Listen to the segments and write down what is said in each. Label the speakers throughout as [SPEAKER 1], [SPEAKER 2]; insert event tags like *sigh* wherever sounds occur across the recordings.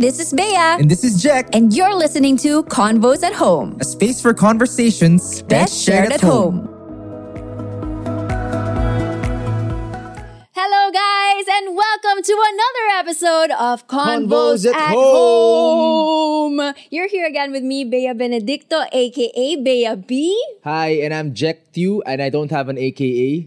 [SPEAKER 1] This is Bea,
[SPEAKER 2] And this is Jack,
[SPEAKER 1] and you're listening to Convos at Home.
[SPEAKER 2] a space for conversations
[SPEAKER 1] Best shared at home. Hello, guys, and welcome to another episode of Convos,
[SPEAKER 2] Convos at
[SPEAKER 1] at, home. You're here again with me, Bea Benedicto, aka Bea B.
[SPEAKER 2] Hi, and I'm Jack Tew, and I don't have an AKA.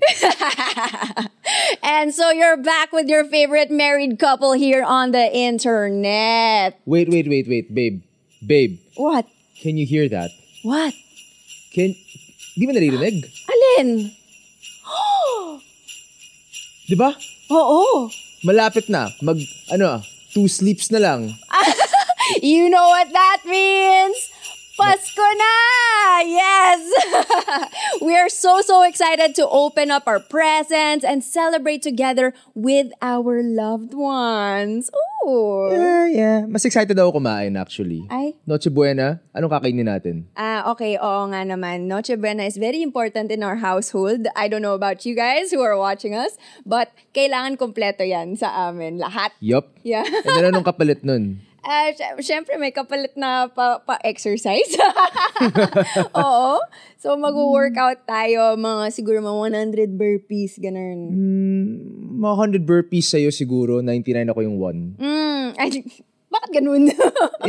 [SPEAKER 1] And so you're back with your favorite married couple here on the internet.
[SPEAKER 3] Wait, wait, wait, wait, babe. Babe,
[SPEAKER 1] What?
[SPEAKER 3] can you hear that?
[SPEAKER 1] What?
[SPEAKER 3] Can... Di mo naririnig?
[SPEAKER 1] Alin? *gasps* Oh,
[SPEAKER 3] Di ba?
[SPEAKER 1] Oo.
[SPEAKER 3] Malapit na. Mag, ano ah, two sleeps na lang.
[SPEAKER 1] You know what that means? Pasko na! Yes! *laughs* we are so, so excited to open up our presents and celebrate together with our loved ones. Ooh!
[SPEAKER 3] Yeah, Ah, yeah. Mas excited ako kumain actually.
[SPEAKER 1] Ay,
[SPEAKER 3] Noche Buena, anong kakainin natin?
[SPEAKER 1] ah, okay, oo nga naman. Noche Buena is very important in our household. I don't know about you guys who are watching us, but kailangan kompleto yan sa amin lahat.
[SPEAKER 3] Yup.
[SPEAKER 1] Yeah.
[SPEAKER 3] And then anong kapalit nun?
[SPEAKER 1] Ah, sy- syempre may kapalit na pa, pa-exercise. *laughs* Oo. So mag-workout tayo mga siguro mga 100 burpees ganun.
[SPEAKER 3] Mga 100 burpees sa'yo siguro, 99 ako yung one.
[SPEAKER 1] Mm, ay, *laughs* bakit ganun? *laughs*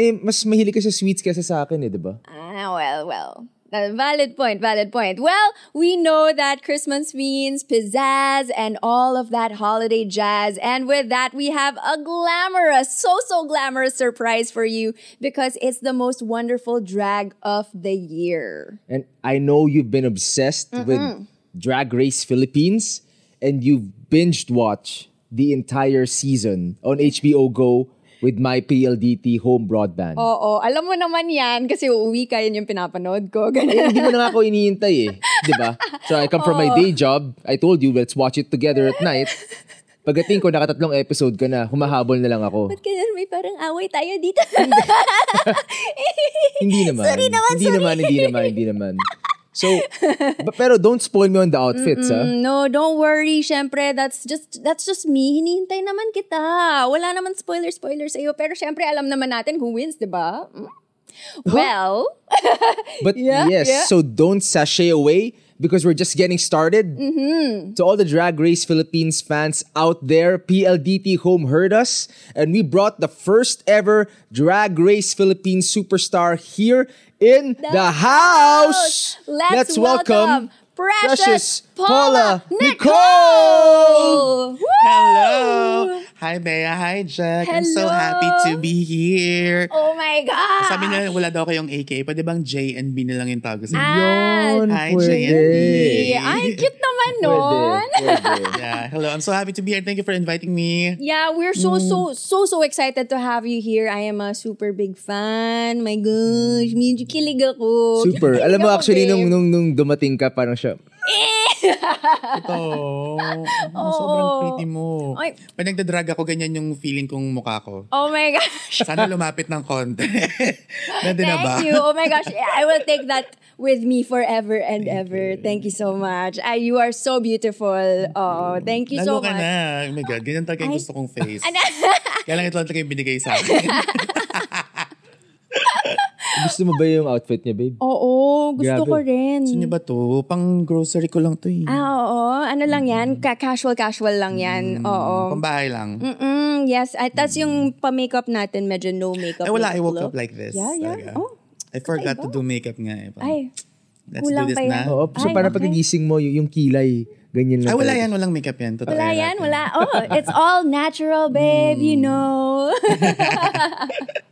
[SPEAKER 3] Eh, mas mahilig ka sa sweets kaysa sa akin eh, di ba?
[SPEAKER 1] ah, well, well. Uh, Valid point, valid point. Well, we know that Christmas means pizzazz and all of that holiday jazz. And with that, we have a glamorous, so, so glamorous surprise for you because it's the most wonderful drag of the year.
[SPEAKER 3] And I know you've been obsessed with Drag Race Philippines and you've binged watched the entire season on HBO Go with my PLDT home broadband.
[SPEAKER 1] Oo, alam mo naman yan kasi uuwi ka, yun yung pinapanood ko. Ganun.
[SPEAKER 3] Hindi mo na nga ako iniintay eh, 'di ba? So I come from
[SPEAKER 1] Oh.
[SPEAKER 3] my day job. I told you let's watch it together at night. Pagdating ko nakatatlong episode ka na, humahabol na lang ako.
[SPEAKER 1] *laughs* Kaya may parang away tayo dito.
[SPEAKER 3] Hindi naman.
[SPEAKER 1] Sorry naman,
[SPEAKER 3] hindi
[SPEAKER 1] sorry.
[SPEAKER 3] naman, hindi naman, hindi naman. So, *laughs* but, pero don't spoil me on the outfits,
[SPEAKER 1] *laughs*
[SPEAKER 3] ah.
[SPEAKER 1] no, don't worry. Siyempre, that's just, that's just me. Hinihintay naman kita. Wala naman spoiler-spoiler sa'yo. Pero siyempre, alam naman natin who wins, di ba? Mm. Well,
[SPEAKER 3] But
[SPEAKER 1] Yeah,
[SPEAKER 3] yes,
[SPEAKER 1] yeah.
[SPEAKER 3] so don't sashay away because we're just getting started.
[SPEAKER 1] Mm-hmm.
[SPEAKER 3] To all the Drag Race Philippines fans out there, PLDT Home heard us, and we brought the first ever Drag Race Philippines superstar here in the, house.
[SPEAKER 1] let's, welcome, Precious, Paula,
[SPEAKER 3] Nicole.
[SPEAKER 1] Nicole. Woo!
[SPEAKER 4] Hello! Hi, Bea. Hi, Jack. I'm so
[SPEAKER 1] Hello.
[SPEAKER 4] happy to be here.
[SPEAKER 1] Oh my God!
[SPEAKER 4] Sabi na wala daw kayong AK. Pwede bang J and B na lang yung tawag sa inyo?
[SPEAKER 1] Ah,
[SPEAKER 3] Yun,
[SPEAKER 4] Hi,
[SPEAKER 3] pwede.
[SPEAKER 4] JNE.
[SPEAKER 1] Ay, ang cute naman
[SPEAKER 3] Pwede,
[SPEAKER 1] nun. *laughs*
[SPEAKER 3] pwede.
[SPEAKER 1] Ah.
[SPEAKER 4] Yeah. Hello. I'm so happy to be here. Thank you for inviting me.
[SPEAKER 1] Yeah, we're so, so,
[SPEAKER 4] Mm.
[SPEAKER 1] so, so excited to have you here. I am a super big fan. My gosh,
[SPEAKER 4] Mm.
[SPEAKER 1] medyo kilig ako.
[SPEAKER 3] Super.
[SPEAKER 1] Kilig
[SPEAKER 3] Alam mo
[SPEAKER 1] ako,
[SPEAKER 3] actually nung
[SPEAKER 1] babe.
[SPEAKER 3] nung nung dumating ka parang siya.
[SPEAKER 4] Ito.
[SPEAKER 1] *laughs*
[SPEAKER 4] Oh, sobrang pretty mo.
[SPEAKER 1] Ay.
[SPEAKER 4] Pag nagdadrag ako, ganyan yung feeling kong mukha ko.
[SPEAKER 1] Oh my gosh.
[SPEAKER 4] Sana lumapit ng konti. *laughs* Pwede na ba?
[SPEAKER 1] Thank you. Oh my gosh. I will take that with me forever and ever. Thank you so much. Ah, you are so beautiful. Oh, thank you so
[SPEAKER 4] Lalo Mm. ka
[SPEAKER 1] much.
[SPEAKER 4] na. Oh my God. Ganyan talaga yung
[SPEAKER 1] Ay.
[SPEAKER 4] gusto kong face.
[SPEAKER 1] Ano?
[SPEAKER 4] Kaya lang ito lang talaga yung binigay sa akin.
[SPEAKER 3] Gusto mo ba yung outfit niya, babe?
[SPEAKER 1] Oo, gusto
[SPEAKER 3] Grabe.
[SPEAKER 1] ko rin.
[SPEAKER 4] Gusto niyo ba to? Pang grocery ko lang to eh.
[SPEAKER 1] Ah, oo. Ano lang yan?
[SPEAKER 4] Mm-hmm.
[SPEAKER 1] Ka- casual, casual lang yan.
[SPEAKER 4] Mm.
[SPEAKER 1] Oo.
[SPEAKER 4] Pambahay lang.
[SPEAKER 1] Mm, yes. At tas yung pa-makeup natin, medyo no makeup.
[SPEAKER 4] Mm. Ay, wala. I
[SPEAKER 1] makeup
[SPEAKER 4] woke
[SPEAKER 1] look.
[SPEAKER 4] up like this.
[SPEAKER 1] Yeah, yeah.
[SPEAKER 4] talaga.
[SPEAKER 1] Oh,
[SPEAKER 4] I forgot to
[SPEAKER 1] kakaiba.
[SPEAKER 4] do makeup nga. Eh. Parang,
[SPEAKER 1] Ay,
[SPEAKER 4] Let's
[SPEAKER 1] kulang
[SPEAKER 4] do this
[SPEAKER 1] pa yun.
[SPEAKER 4] na.
[SPEAKER 3] Oo, so
[SPEAKER 1] Ay,
[SPEAKER 3] para
[SPEAKER 1] okay.
[SPEAKER 3] pagigising mo, y- yung kilay, ganyan lang.
[SPEAKER 4] Ay, wala
[SPEAKER 3] talaga.
[SPEAKER 4] yan. Walang makeup yan. Totoo
[SPEAKER 1] wala
[SPEAKER 4] yan,
[SPEAKER 1] yan,
[SPEAKER 4] natin. Hmm.
[SPEAKER 1] wala. Oh, it's all natural, babe, you know. *laughs*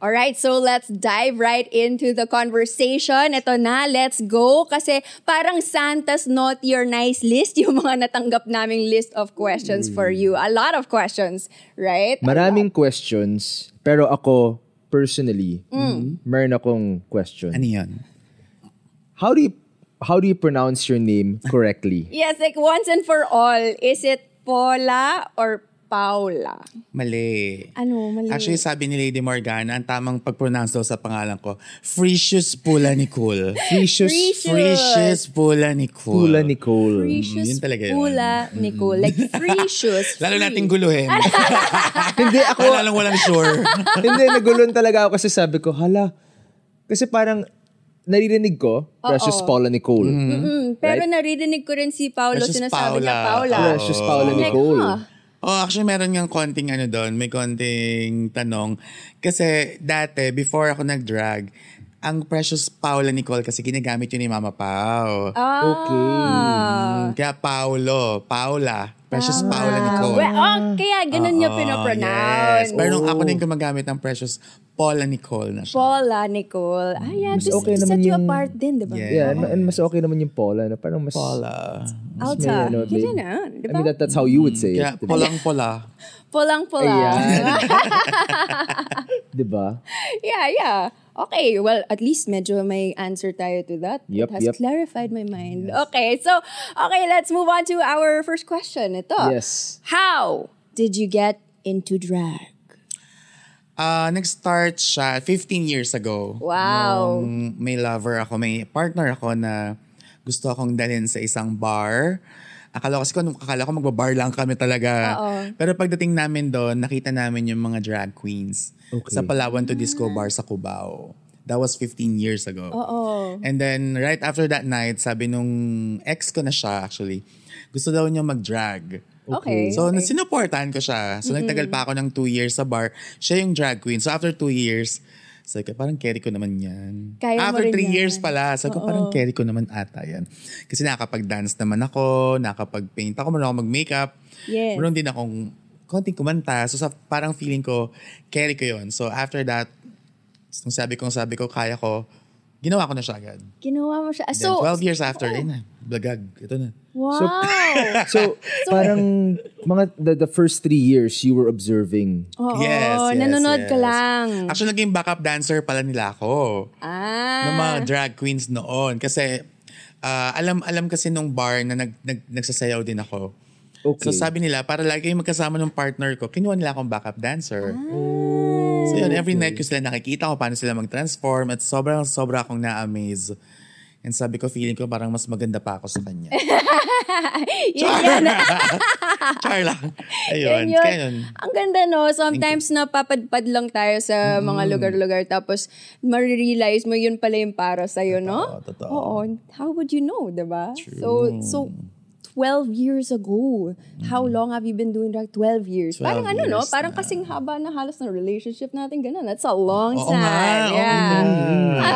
[SPEAKER 1] all right, so let's dive right into the conversation. Ito na, let's go. Kasi parang Santa's Not Your Nice list, *laughs* yung mga natanggap naming list of questions for you. A lot of questions, right?
[SPEAKER 3] Maraming questions, pero ako, personally,
[SPEAKER 1] Mm.
[SPEAKER 3] meron akong question.
[SPEAKER 4] Ano yun?
[SPEAKER 3] How do you how do you
[SPEAKER 1] *laughs*
[SPEAKER 3] pronounce your name correctly?
[SPEAKER 1] Yes, like once and for all, is it Paula or Paula.
[SPEAKER 4] Mali.
[SPEAKER 1] Ano, mali.
[SPEAKER 4] Actually, sabi ni Lady Morgana, ang tamang pag-pronounce daw sa pangalan ko, Frisius Pula Nicole.
[SPEAKER 3] Precious
[SPEAKER 1] Precious.
[SPEAKER 4] Frisius Pula Nicole.
[SPEAKER 3] Pula Nicole.
[SPEAKER 1] Precious
[SPEAKER 4] Mm, yun talaga yun.
[SPEAKER 1] Pula Nicole. Like,
[SPEAKER 4] *laughs*
[SPEAKER 1] precious.
[SPEAKER 4] Lalo
[SPEAKER 1] free.
[SPEAKER 4] nating
[SPEAKER 1] *laughs*
[SPEAKER 4] guluhin.
[SPEAKER 3] Hindi ako,
[SPEAKER 4] Lalo walang sure.
[SPEAKER 3] hindi, nagulon talaga ako kasi sabi ko, hala, kasi parang naririnig ko, Precious Paula Nicole.
[SPEAKER 1] Mm, pero naririnig ko rin si Paolo,
[SPEAKER 4] Precious
[SPEAKER 1] sinasabi niya
[SPEAKER 4] Paula.
[SPEAKER 1] Paula.
[SPEAKER 3] Precious Paula
[SPEAKER 1] I'm like,
[SPEAKER 3] Nicole.
[SPEAKER 1] huh.
[SPEAKER 4] Oh, actually meron ngang konting ano doon, may konting tanong. Kasi dati, before ako nag-drag, ang precious Paula Nicole kasi ginagamit yun ni Mama Pau.
[SPEAKER 1] Ah.
[SPEAKER 3] Okay.
[SPEAKER 4] Kaya Paulo, Paula, precious Paula Nicole.
[SPEAKER 1] Ah. Well, oh, kaya ganun niya
[SPEAKER 3] Ah,
[SPEAKER 4] Oo,
[SPEAKER 1] pinopronounce.
[SPEAKER 4] Yes. Pero nung ako na yung gumagamit ng precious Paula Nicole na siya.
[SPEAKER 1] Paula Nicole. Ah, yeah, just
[SPEAKER 3] okay
[SPEAKER 1] set
[SPEAKER 3] naman
[SPEAKER 1] you
[SPEAKER 3] yung-
[SPEAKER 1] apart din, di ba?
[SPEAKER 3] Yeah, and- and mas okay naman yung Paula. Na parang mas,
[SPEAKER 4] Paula.
[SPEAKER 3] mas may
[SPEAKER 1] Alta.
[SPEAKER 3] ano,
[SPEAKER 1] Yun
[SPEAKER 3] babe.
[SPEAKER 1] na, di
[SPEAKER 3] I
[SPEAKER 1] ba?
[SPEAKER 3] mean, that, that's how you would say
[SPEAKER 4] Kaya
[SPEAKER 3] it. Diba?
[SPEAKER 4] pulang pula.
[SPEAKER 1] Pulang-pula.
[SPEAKER 3] Ayan. diba?
[SPEAKER 1] *laughs* yeah, yeah. Okay, well, at least medyo may answer tayo to that. it
[SPEAKER 3] Yup,
[SPEAKER 1] has
[SPEAKER 3] yup.
[SPEAKER 1] clarified my mind. Okay, so, okay, let's move on to our first question. Ito.
[SPEAKER 3] Yes.
[SPEAKER 1] *laughs* How did you get into drag?
[SPEAKER 4] Ah, nag-start siya 15 years ago.
[SPEAKER 1] Wow.
[SPEAKER 4] Nung may lover ako, may partner ako na gusto akong dalhin sa isang bar. Akala ko kasi kung akala ko magbabar lang kami talaga.
[SPEAKER 1] Oo.
[SPEAKER 4] Pero pagdating namin doon, nakita namin yung mga drag queens
[SPEAKER 3] Okay.
[SPEAKER 4] sa Palawan to Disco Bar sa Cubao. That was 15 years ago.
[SPEAKER 1] Oo.
[SPEAKER 4] And then right after that night, sabi nung ex ko na siya actually, gusto daw niya mag-drag.
[SPEAKER 1] Okay.
[SPEAKER 4] So,
[SPEAKER 1] okay.
[SPEAKER 4] okay. sinuportahan ko siya. So, nagtagal pa ako ng two years sa bar. Siya yung drag queen. So, after two years, sabi ko, parang carry ko naman yan.
[SPEAKER 1] Kaya mo
[SPEAKER 4] after
[SPEAKER 1] rin
[SPEAKER 4] three
[SPEAKER 1] yan.
[SPEAKER 4] years pala, sabi ko, parang carry ko naman ata yan. Kasi nakakapag-dance naman ako, nakakapag-paint ako, marunong ako mag-makeup.
[SPEAKER 1] Yes.
[SPEAKER 4] Marunong din akong konting kumanta. So, sa, parang feeling ko, carry ko yon So, after that, nung sabi ko, sabi ko, kaya ko, ginawa ko na siya agad.
[SPEAKER 1] Ginawa mo siya. Ah,
[SPEAKER 4] Then,
[SPEAKER 1] So,
[SPEAKER 4] 12 years after, eh na, blagag, ito na.
[SPEAKER 1] wow.
[SPEAKER 3] *laughs* So, parang mga the, the first three years you were observing.
[SPEAKER 1] Oo, nanonood ka lang.
[SPEAKER 4] Actually, naging backup dancer pala nila ako.
[SPEAKER 1] Ah.
[SPEAKER 4] Ng mga drag queens noon. Kasi, ah, alam alam kasi nung bar na nag, nag, nagsasayaw din ako.
[SPEAKER 3] Okay.
[SPEAKER 4] So sabi nila, para lagi kayong magkasama ng partner ko, kinuha nila akong backup dancer.
[SPEAKER 1] Ah.
[SPEAKER 4] So yun, every night ko sila nakikita ko paano sila mag-transform at sobrang sobra akong na-amaze. And sabi ko, feeling ko parang mas maganda pa ako sa kanya.
[SPEAKER 1] *laughs* Yun yan.
[SPEAKER 4] Char lang.
[SPEAKER 1] Yun
[SPEAKER 4] Ayun.
[SPEAKER 1] yun.
[SPEAKER 4] Kaya yun.
[SPEAKER 1] Ang ganda no, sometimes napapadpad lang tayo sa
[SPEAKER 4] Mm-hmm.
[SPEAKER 1] mga lugar-lugar tapos marirealize mo yun pala yung para sa'yo, no?
[SPEAKER 4] Totoo, totoo.
[SPEAKER 1] Oo, how would you know, diba? So, so 12 years ago. How long have you been doing drag? 12 years.
[SPEAKER 4] 12
[SPEAKER 1] parang ano, no?
[SPEAKER 4] Mm-hmm. years
[SPEAKER 1] Parang kasing haba na halos ng relationship natin. Ganun. That's a long
[SPEAKER 4] Oo
[SPEAKER 1] time.
[SPEAKER 4] nga. oo
[SPEAKER 1] yeah.
[SPEAKER 4] nga.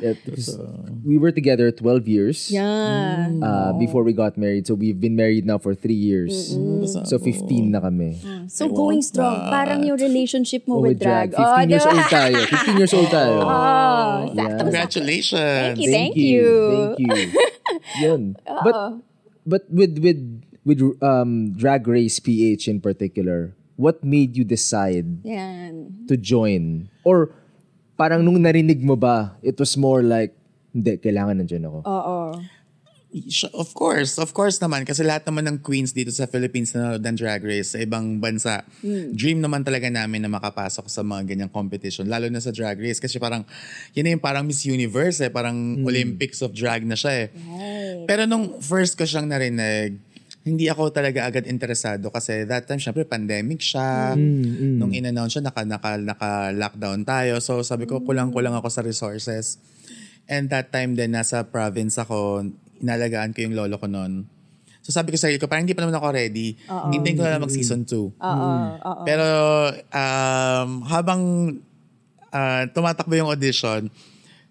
[SPEAKER 3] Yeah, because we were together 12 years
[SPEAKER 1] Yeah.
[SPEAKER 4] Mm.
[SPEAKER 3] uh, before we got married. So, we've been married now for three years. So, 15 na kami.
[SPEAKER 1] So going strong, parang yung relationship mo
[SPEAKER 3] Oh,
[SPEAKER 1] Mm. with drag.
[SPEAKER 3] 15
[SPEAKER 1] Oh,
[SPEAKER 3] years
[SPEAKER 1] diba? *laughs*
[SPEAKER 3] old tayo. 15 years old tayo.
[SPEAKER 1] Oh, sakto.
[SPEAKER 4] Congratulations.
[SPEAKER 1] Thank you.
[SPEAKER 3] Thank
[SPEAKER 1] *laughs*
[SPEAKER 3] you. Yun. But, but with, with, with um, Drag Race PH in particular, what made you decide
[SPEAKER 1] Yan.
[SPEAKER 3] to join? Or parang nung narinig mo ba, it was more like, hindi, kailangan nandiyan ako.
[SPEAKER 1] Oo.
[SPEAKER 4] Sh- Of course, of course naman. Kasi lahat naman ng queens dito sa Philippines na nanonood ng Drag Race sa ibang bansa. Dream naman talaga namin na makapasok sa mga ganyang competition. Lalo na sa Drag Race. Kasi parang, yun na yung parang Miss Universe eh. Parang Olympics of Drag na siya eh. Pero nung first ko siyang narinig, hindi ako talaga agad interesado kasi that time syempre pandemic siya. Nung in-announce siya, naka, naka, naka-lockdown tayo. So sabi ko, kulang-kulang ako sa resources. And that time din, nasa province ako, inalagaan ko yung lolo ko noon. So sabi ko sa sarili ko, parang hindi pa naman ako ready. Hintayin ko na lang mag-season 2. Pero um, habang ah, tumatakbo yung audition,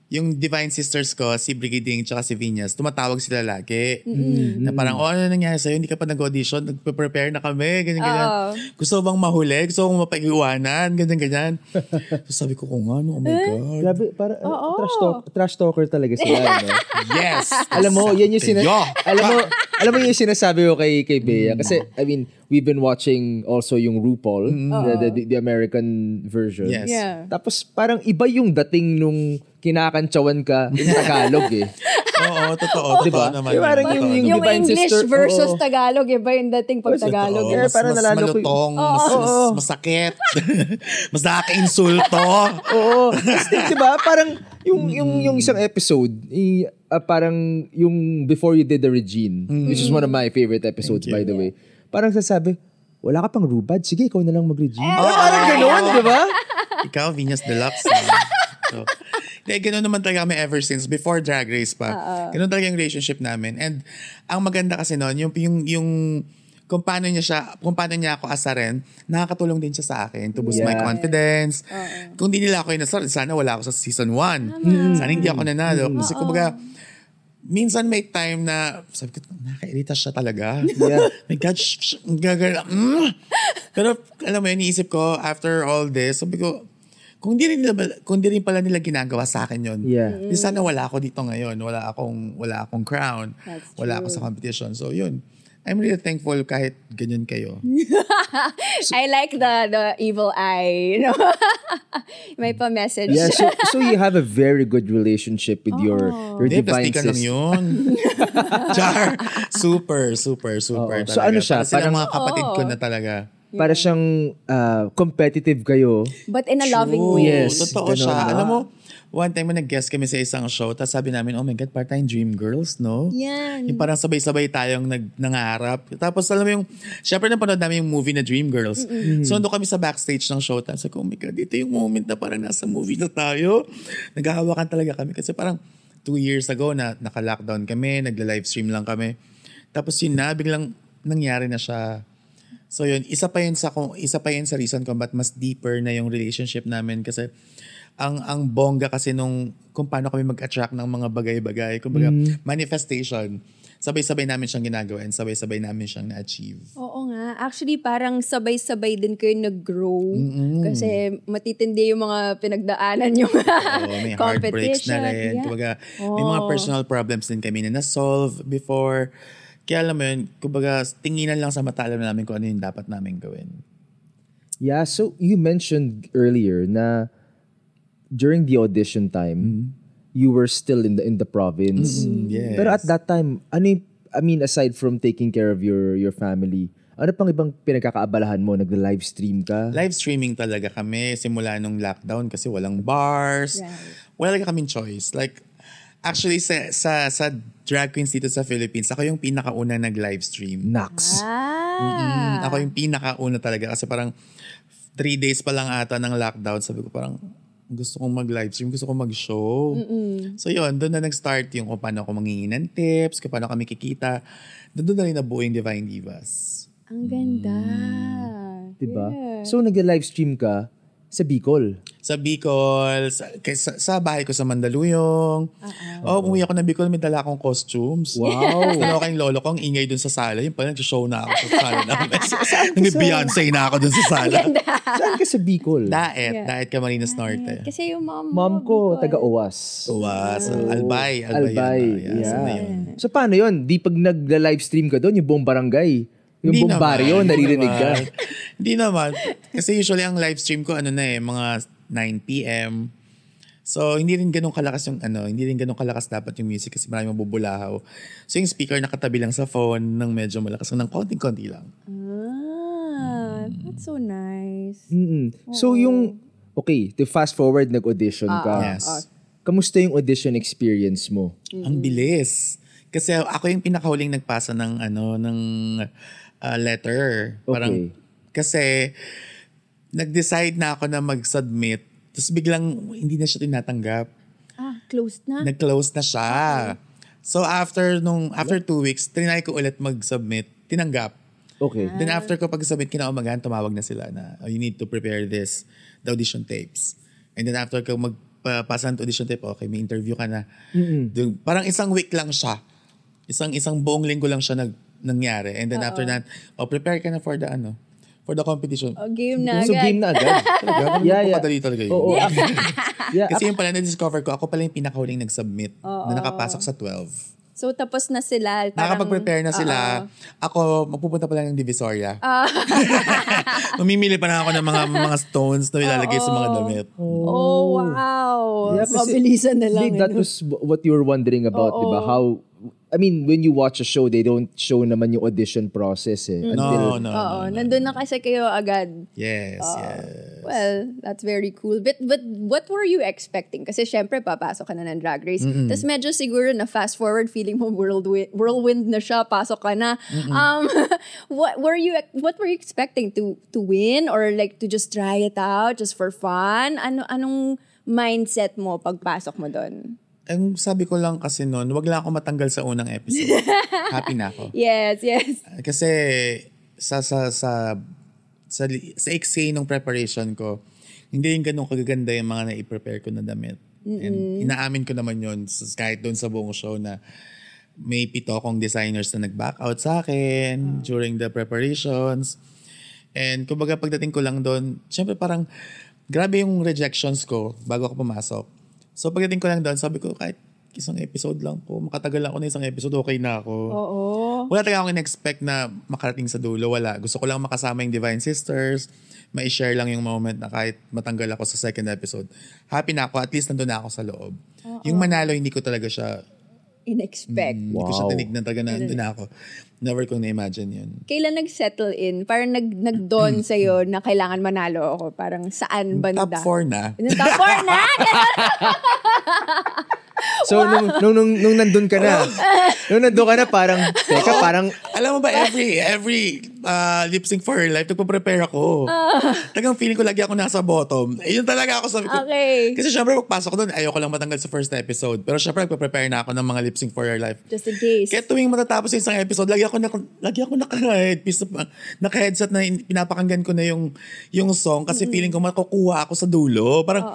[SPEAKER 4] yung Divine Sisters ko, si Brigiding tsaka si Vinyas, tumatawag sila lagi. Na parang, oh, ano nangyari sa'yo? Hindi ka pa nag-audition? Nagpe-prepare na kami? Ganyan, ganyan.
[SPEAKER 1] Oo.
[SPEAKER 4] Gusto mo bang mahuli? Gusto mo mapag-iwanan? Ganyan, ganyan. so sabi ko, kung ano, oh my God.
[SPEAKER 3] Grabe, para, eh, trash, talk, trash talker talaga sila. no?
[SPEAKER 4] *laughs* Yes!
[SPEAKER 3] alam mo, yan yung sina-
[SPEAKER 4] Yo! Mm.
[SPEAKER 3] alam mo, alam mo yung sinasabi ko kay, kay Bea. Kasi, I mean, we've been watching also yung RuPaul, the, the, the American version.
[SPEAKER 4] Mm. Yes.
[SPEAKER 1] Yeah.
[SPEAKER 3] Tapos parang iba yung dating nung kinakantsawan ka in Tagalog eh.
[SPEAKER 4] *laughs* Oo, totoo.
[SPEAKER 3] Diba?
[SPEAKER 4] Totoo naman.
[SPEAKER 3] Yung
[SPEAKER 4] yun,
[SPEAKER 3] parang
[SPEAKER 4] totoo
[SPEAKER 3] yung-
[SPEAKER 4] naman.
[SPEAKER 1] Yung
[SPEAKER 5] Divine
[SPEAKER 1] English
[SPEAKER 5] Sister,
[SPEAKER 1] versus
[SPEAKER 5] oo.
[SPEAKER 1] Tagalog, iba yung dating pag
[SPEAKER 5] Totoo.
[SPEAKER 1] Tagalog.
[SPEAKER 5] Kaya
[SPEAKER 1] eh.
[SPEAKER 4] mas,
[SPEAKER 5] parang
[SPEAKER 4] mas
[SPEAKER 5] nalalo ko y-
[SPEAKER 4] malutong, mas, mas
[SPEAKER 5] Oo.
[SPEAKER 4] masakit, *laughs* mas nakaka-insulto. *laughs*
[SPEAKER 5] Oo.
[SPEAKER 3] Tapos, di ba? Parang yung yung yung isang episode, y- ah, parang yung before you did the Regine,
[SPEAKER 4] Mm.
[SPEAKER 3] which is one of my favorite episodes by the way. Parang sasabi, wala ka pang rubad, sige ikaw na lang mag-Regine. Diba? parang ganoon, di ba?
[SPEAKER 4] Ikaw, Venus Deluxe. na. so, hindi, ganun naman talaga kami ever since, before Drag Race pa. Ganun talaga yung relationship namin. And ang maganda kasi noon, yung, yung, yung kung paano niya siya, kung paano niya ako asarin, nakakatulong din siya sa akin to boost my
[SPEAKER 3] Yeah.
[SPEAKER 4] confidence. Kung di nila ako inasarin, sana wala ako sa season 1. Sana hindi ako nanalo. Kasi kumbaga, minsan may time na, sabi ko, nakairita siya
[SPEAKER 3] *laughs*
[SPEAKER 4] talaga.
[SPEAKER 3] Yeah.
[SPEAKER 4] My God, sh- sh- gagala. Mm. Pero alam mo, yun, iniisip ko, after all this, sabi ko, kung di rin, nila, bal- kung di rin pala nila ginagawa sa akin yun,
[SPEAKER 3] Yeah.
[SPEAKER 1] Mm.
[SPEAKER 4] di sana wala ako dito ngayon. Wala akong, wala akong crown.
[SPEAKER 1] That's
[SPEAKER 4] wala ako
[SPEAKER 1] true.
[SPEAKER 4] sa competition. So yun, I'm really thankful kahit ganyan
[SPEAKER 3] *laughs*
[SPEAKER 4] kayo.
[SPEAKER 1] I like the the evil eye. You know? *laughs* May pa-message.
[SPEAKER 3] Yeah, so, so you have a very good relationship with your your
[SPEAKER 4] Hindi,
[SPEAKER 3] divine
[SPEAKER 4] plastika lang
[SPEAKER 3] sis. *laughs*
[SPEAKER 4] yun. Char. Super, super, super.
[SPEAKER 3] Oo. So ano siya,
[SPEAKER 4] Parang silang
[SPEAKER 3] parang-
[SPEAKER 4] mga kapatid ko
[SPEAKER 1] Oo.
[SPEAKER 4] na talaga.
[SPEAKER 3] Para siyang ah, competitive kayo.
[SPEAKER 1] But in a loving
[SPEAKER 4] True.
[SPEAKER 1] way.
[SPEAKER 3] Yes,
[SPEAKER 4] Totoo
[SPEAKER 3] ganun
[SPEAKER 4] siya.
[SPEAKER 3] na.
[SPEAKER 4] Alam mo, one time na nag-guest kami sa isang show, tapos sabi namin, oh my God, part-time dream girls, no?
[SPEAKER 1] Yan.
[SPEAKER 4] Yung parang sabay-sabay tayong nag, nangarap. Tapos alam mo yung, syempre napanood namin yung movie na Dream Girls. So nandun kami sa backstage ng show, tapos ako, oh my God, ito yung moment na parang nasa movie na tayo. Naghahawakan talaga kami kasi parang two years ago na naka-lockdown kami, nagla-livestream lang kami. Tapos yun na, biglang nangyari na siya. So yun, isa pa yun sa kung isa pa yun sa reason kung ba't mas deeper na yung relationship namin kasi ang ang bongga kasi nung kung paano kami mag-attract ng mga bagay-bagay, kumbaga manifestation. Sabay-sabay namin siyang ginagawa and sabay-sabay namin siyang na-achieve.
[SPEAKER 1] Oo nga. Actually, parang sabay-sabay din kayo nag-grow. Kasi matitindi yung mga pinagdaanan yung
[SPEAKER 4] Oo,
[SPEAKER 1] *laughs*
[SPEAKER 4] may heartbreaks na rin.
[SPEAKER 1] Yeah.
[SPEAKER 4] Kumbaga, may mga
[SPEAKER 1] Oo.
[SPEAKER 4] personal problems din kami na na-solve before. Kaya alam mo yun, kumbaga, tinginan lang sa mata alam namin kung ano yung dapat namin gawin.
[SPEAKER 3] Yeah, so you mentioned earlier na during the audition time, you were still in the in the province.
[SPEAKER 4] yes.
[SPEAKER 3] Pero at that time, ano yung, I mean aside from taking care of your your family, ano pang ibang pinagkakaabalahan mo? Nagla-live stream ka?
[SPEAKER 4] Live streaming talaga kami simula nung lockdown kasi walang bars.
[SPEAKER 1] Right.
[SPEAKER 4] Wala talaga kaming choice. Like, actually sa, sa, sa drag queens dito sa Philippines, ako yung pinakauna nag-live stream. Mm,
[SPEAKER 3] Nax.
[SPEAKER 1] Ah.
[SPEAKER 4] Ako yung pinakauna talaga kasi parang three days pa lang ata ng lockdown. Sabi ko parang gusto kong mag-live stream, gusto kong mag-show. So yun, doon na nag-start yung kung paano ako mangingi ng tips, kung paano kami kikita. Doon doon na rin nabuo yung Divine Divas.
[SPEAKER 1] Ang ganda.
[SPEAKER 3] Diba?
[SPEAKER 1] Yeah.
[SPEAKER 3] So nagla-live stream ka sa Bicol.
[SPEAKER 4] sa Bicol, sa, kay- sa, sa bahay ko sa Mandaluyong. Oo, umuwi ako ng Bicol, may dala akong costumes.
[SPEAKER 3] Wow.
[SPEAKER 4] Tapos dalawa ko yung lolo ko, ang ingay dun sa sala. Yung pala, show na ako sa *laughs* sala namin. Nag-Beyonce na ako dun sa *laughs* sala.
[SPEAKER 3] Saan ka sa Bicol?
[SPEAKER 4] Daet,
[SPEAKER 1] Yeah.
[SPEAKER 4] Daet Camarines Norte.
[SPEAKER 1] Kasi yung mom,
[SPEAKER 3] Mom
[SPEAKER 1] Bicol.
[SPEAKER 3] ko, taga Owas.
[SPEAKER 4] Uwas, ah, Albay, Oh. Albay.
[SPEAKER 3] Albay.
[SPEAKER 4] yun, ah, yeah, so na yun.
[SPEAKER 3] So paano yun? Di pag nagla-live stream ka doon, yung buong barangay, yung
[SPEAKER 4] Hindi
[SPEAKER 3] buong
[SPEAKER 4] naman,
[SPEAKER 3] baryo,
[SPEAKER 4] hindi
[SPEAKER 3] naririnig ka.
[SPEAKER 4] naman. Hindi naman. Kasi usually ang live stream ko, ano na eh, mga 9pm. So, hindi rin ganun kalakas yung ano, hindi rin ganun kalakas dapat yung music kasi marami mabubulahaw. So, yung speaker nakatabi lang sa phone ng medyo malakas, ng konting-konti lang.
[SPEAKER 1] Ah, that's so nice.
[SPEAKER 3] Mm-mm. So yung, okay, to fast forward, nag-audition ka.
[SPEAKER 4] Ah, Yes.
[SPEAKER 3] Kamusta yung audition experience mo?
[SPEAKER 4] Ang bilis. Kasi ako yung pinakahuling nagpasa ng ano, ng ah, letter. Parang,
[SPEAKER 3] Okay.
[SPEAKER 4] Kasi, nag-decide na ako na mag-submit. Tapos biglang, hindi na siya tinatanggap.
[SPEAKER 1] Ah, closed na?
[SPEAKER 4] Nag-close na siya. So after nung after two weeks, trinay ko ulit mag-submit. Tinanggap.
[SPEAKER 3] Okay.
[SPEAKER 1] Ah,
[SPEAKER 4] Then after ko pag-submit kinaumagahan, tumawag na sila na oh, you need to prepare this, the audition tapes. And then after ko magpapasan ng audition tape, okay, may interview ka na. Dun- Parang isang week lang siya. Isang isang buong linggo lang siya nag nangyari. And then after that, oh, prepare ka na for the ano, for the competition.
[SPEAKER 1] Oh, game na
[SPEAKER 3] So game na
[SPEAKER 1] *laughs*
[SPEAKER 3] agad. *laughs*
[SPEAKER 4] Talaga?
[SPEAKER 3] Yeah, yeah.
[SPEAKER 4] Kadali talaga yun.
[SPEAKER 3] Oo. ah, yeah,
[SPEAKER 4] Kasi yung pala na-discover ko, ako pala yung pinakahuling nag-submit na nakapasok sa 12.
[SPEAKER 1] So, tapos na sila. Parang,
[SPEAKER 4] Nakapag-prepare na
[SPEAKER 1] Oo. Ah.
[SPEAKER 4] sila. Ako, magpupunta pa lang ng
[SPEAKER 1] *laughs*
[SPEAKER 4] Divisoria. *laughs* Mamimili pa na ako ng mga mga stones na ilalagay sa mga damit.
[SPEAKER 1] Oh, wow.
[SPEAKER 3] Yeah, kasi-
[SPEAKER 1] Mabilisan na lang.
[SPEAKER 3] Like, that
[SPEAKER 1] ano.
[SPEAKER 3] was w- what you were wondering about, di ba? How, I mean, when you watch a show, they don't show naman yung audition process eh. Until,
[SPEAKER 4] Mm. No, no, no.
[SPEAKER 1] Oo,
[SPEAKER 4] no.
[SPEAKER 1] nandun na kasi kayo agad.
[SPEAKER 4] Yes, yes.
[SPEAKER 1] Well, that's very cool. But but what were you expecting? Kasi syempre, papasok ka na ng Drag Race. Tapos medyo siguro na fast forward, feeling mo whirlwind, whirlwind na siya, pasok ka na. Um, *laughs* what were you what were you expecting to to win or like to just try it out just for fun? Ano anong mindset mo pagpasok mo doon?
[SPEAKER 4] Ang sabi ko lang kasi noon, wag lang ako matanggal sa unang
[SPEAKER 1] *laughs*
[SPEAKER 4] episode. Happy na ako.
[SPEAKER 1] Yes, yes. *laughs*
[SPEAKER 4] Kasi sa sa sa sa, sa XA ng preparation ko, hindi yung ganun kagaganda yung mga na-prepare ko na damit. And inaamin ko naman yun s- kahit doon sa buong show na may pito akong designers na nag-back out sa akin during the preparations. And kumbaga pagdating ko lang doon, syempre parang grabe yung rejections ko bago ako pumasok. So pagdating ko lang doon, sabi ko kahit isang episode lang po, makatagal lang ako na isang episode, okay na ako.
[SPEAKER 1] Oo.
[SPEAKER 4] Wala talaga akong in-expect na makarating sa dulo. Wala. Gusto ko lang makasama yung Divine Sisters. Ma-share lang yung moment na kahit matanggal ako sa second episode. Happy na ako. At least nandun na ako sa loob. Yung manalo, hindi ko talaga siya,
[SPEAKER 1] Inexpect.
[SPEAKER 4] hindi ko siya
[SPEAKER 3] Wow.
[SPEAKER 4] tinignan talaga na nandun na ako. Never ko na-imagine yun.
[SPEAKER 1] Kailan nag-settle in? Parang nag nag-dawn sa'yo na kailangan manalo ako. Parang saan banda?
[SPEAKER 4] Hmm. Top 4 na.
[SPEAKER 1] Yung Top 4
[SPEAKER 4] *laughs*
[SPEAKER 1] na! *laughs*
[SPEAKER 3] *laughs* So, nung, nung, nung, nung nandun ka
[SPEAKER 1] *laughs*
[SPEAKER 3] na, nung nandun ka na, parang, teka, parang,
[SPEAKER 4] Alam mo ba, every every uh, lip sync for her life, nagpa-prepare ako.
[SPEAKER 1] Ah.
[SPEAKER 4] Tagang feeling ko lagi ako nasa bottom. Eh, yun talaga ako sabi ko.
[SPEAKER 1] Okay.
[SPEAKER 4] Kasi syempre, pagpasok ko doon, ayoko lang matanggal sa first episode. Pero syempre, nagpa-prepare na ako ng mga lip sync for her life.
[SPEAKER 1] Just in case.
[SPEAKER 4] Kaya tuwing matatapos yung isang episode, lagi ako, naka, lagi ako naka-headpiece, na- naka-headset na in- pinapakinggan ko na yung, yung song kasi
[SPEAKER 1] Mm.
[SPEAKER 4] feeling ko makukuha ako sa dulo. Parang,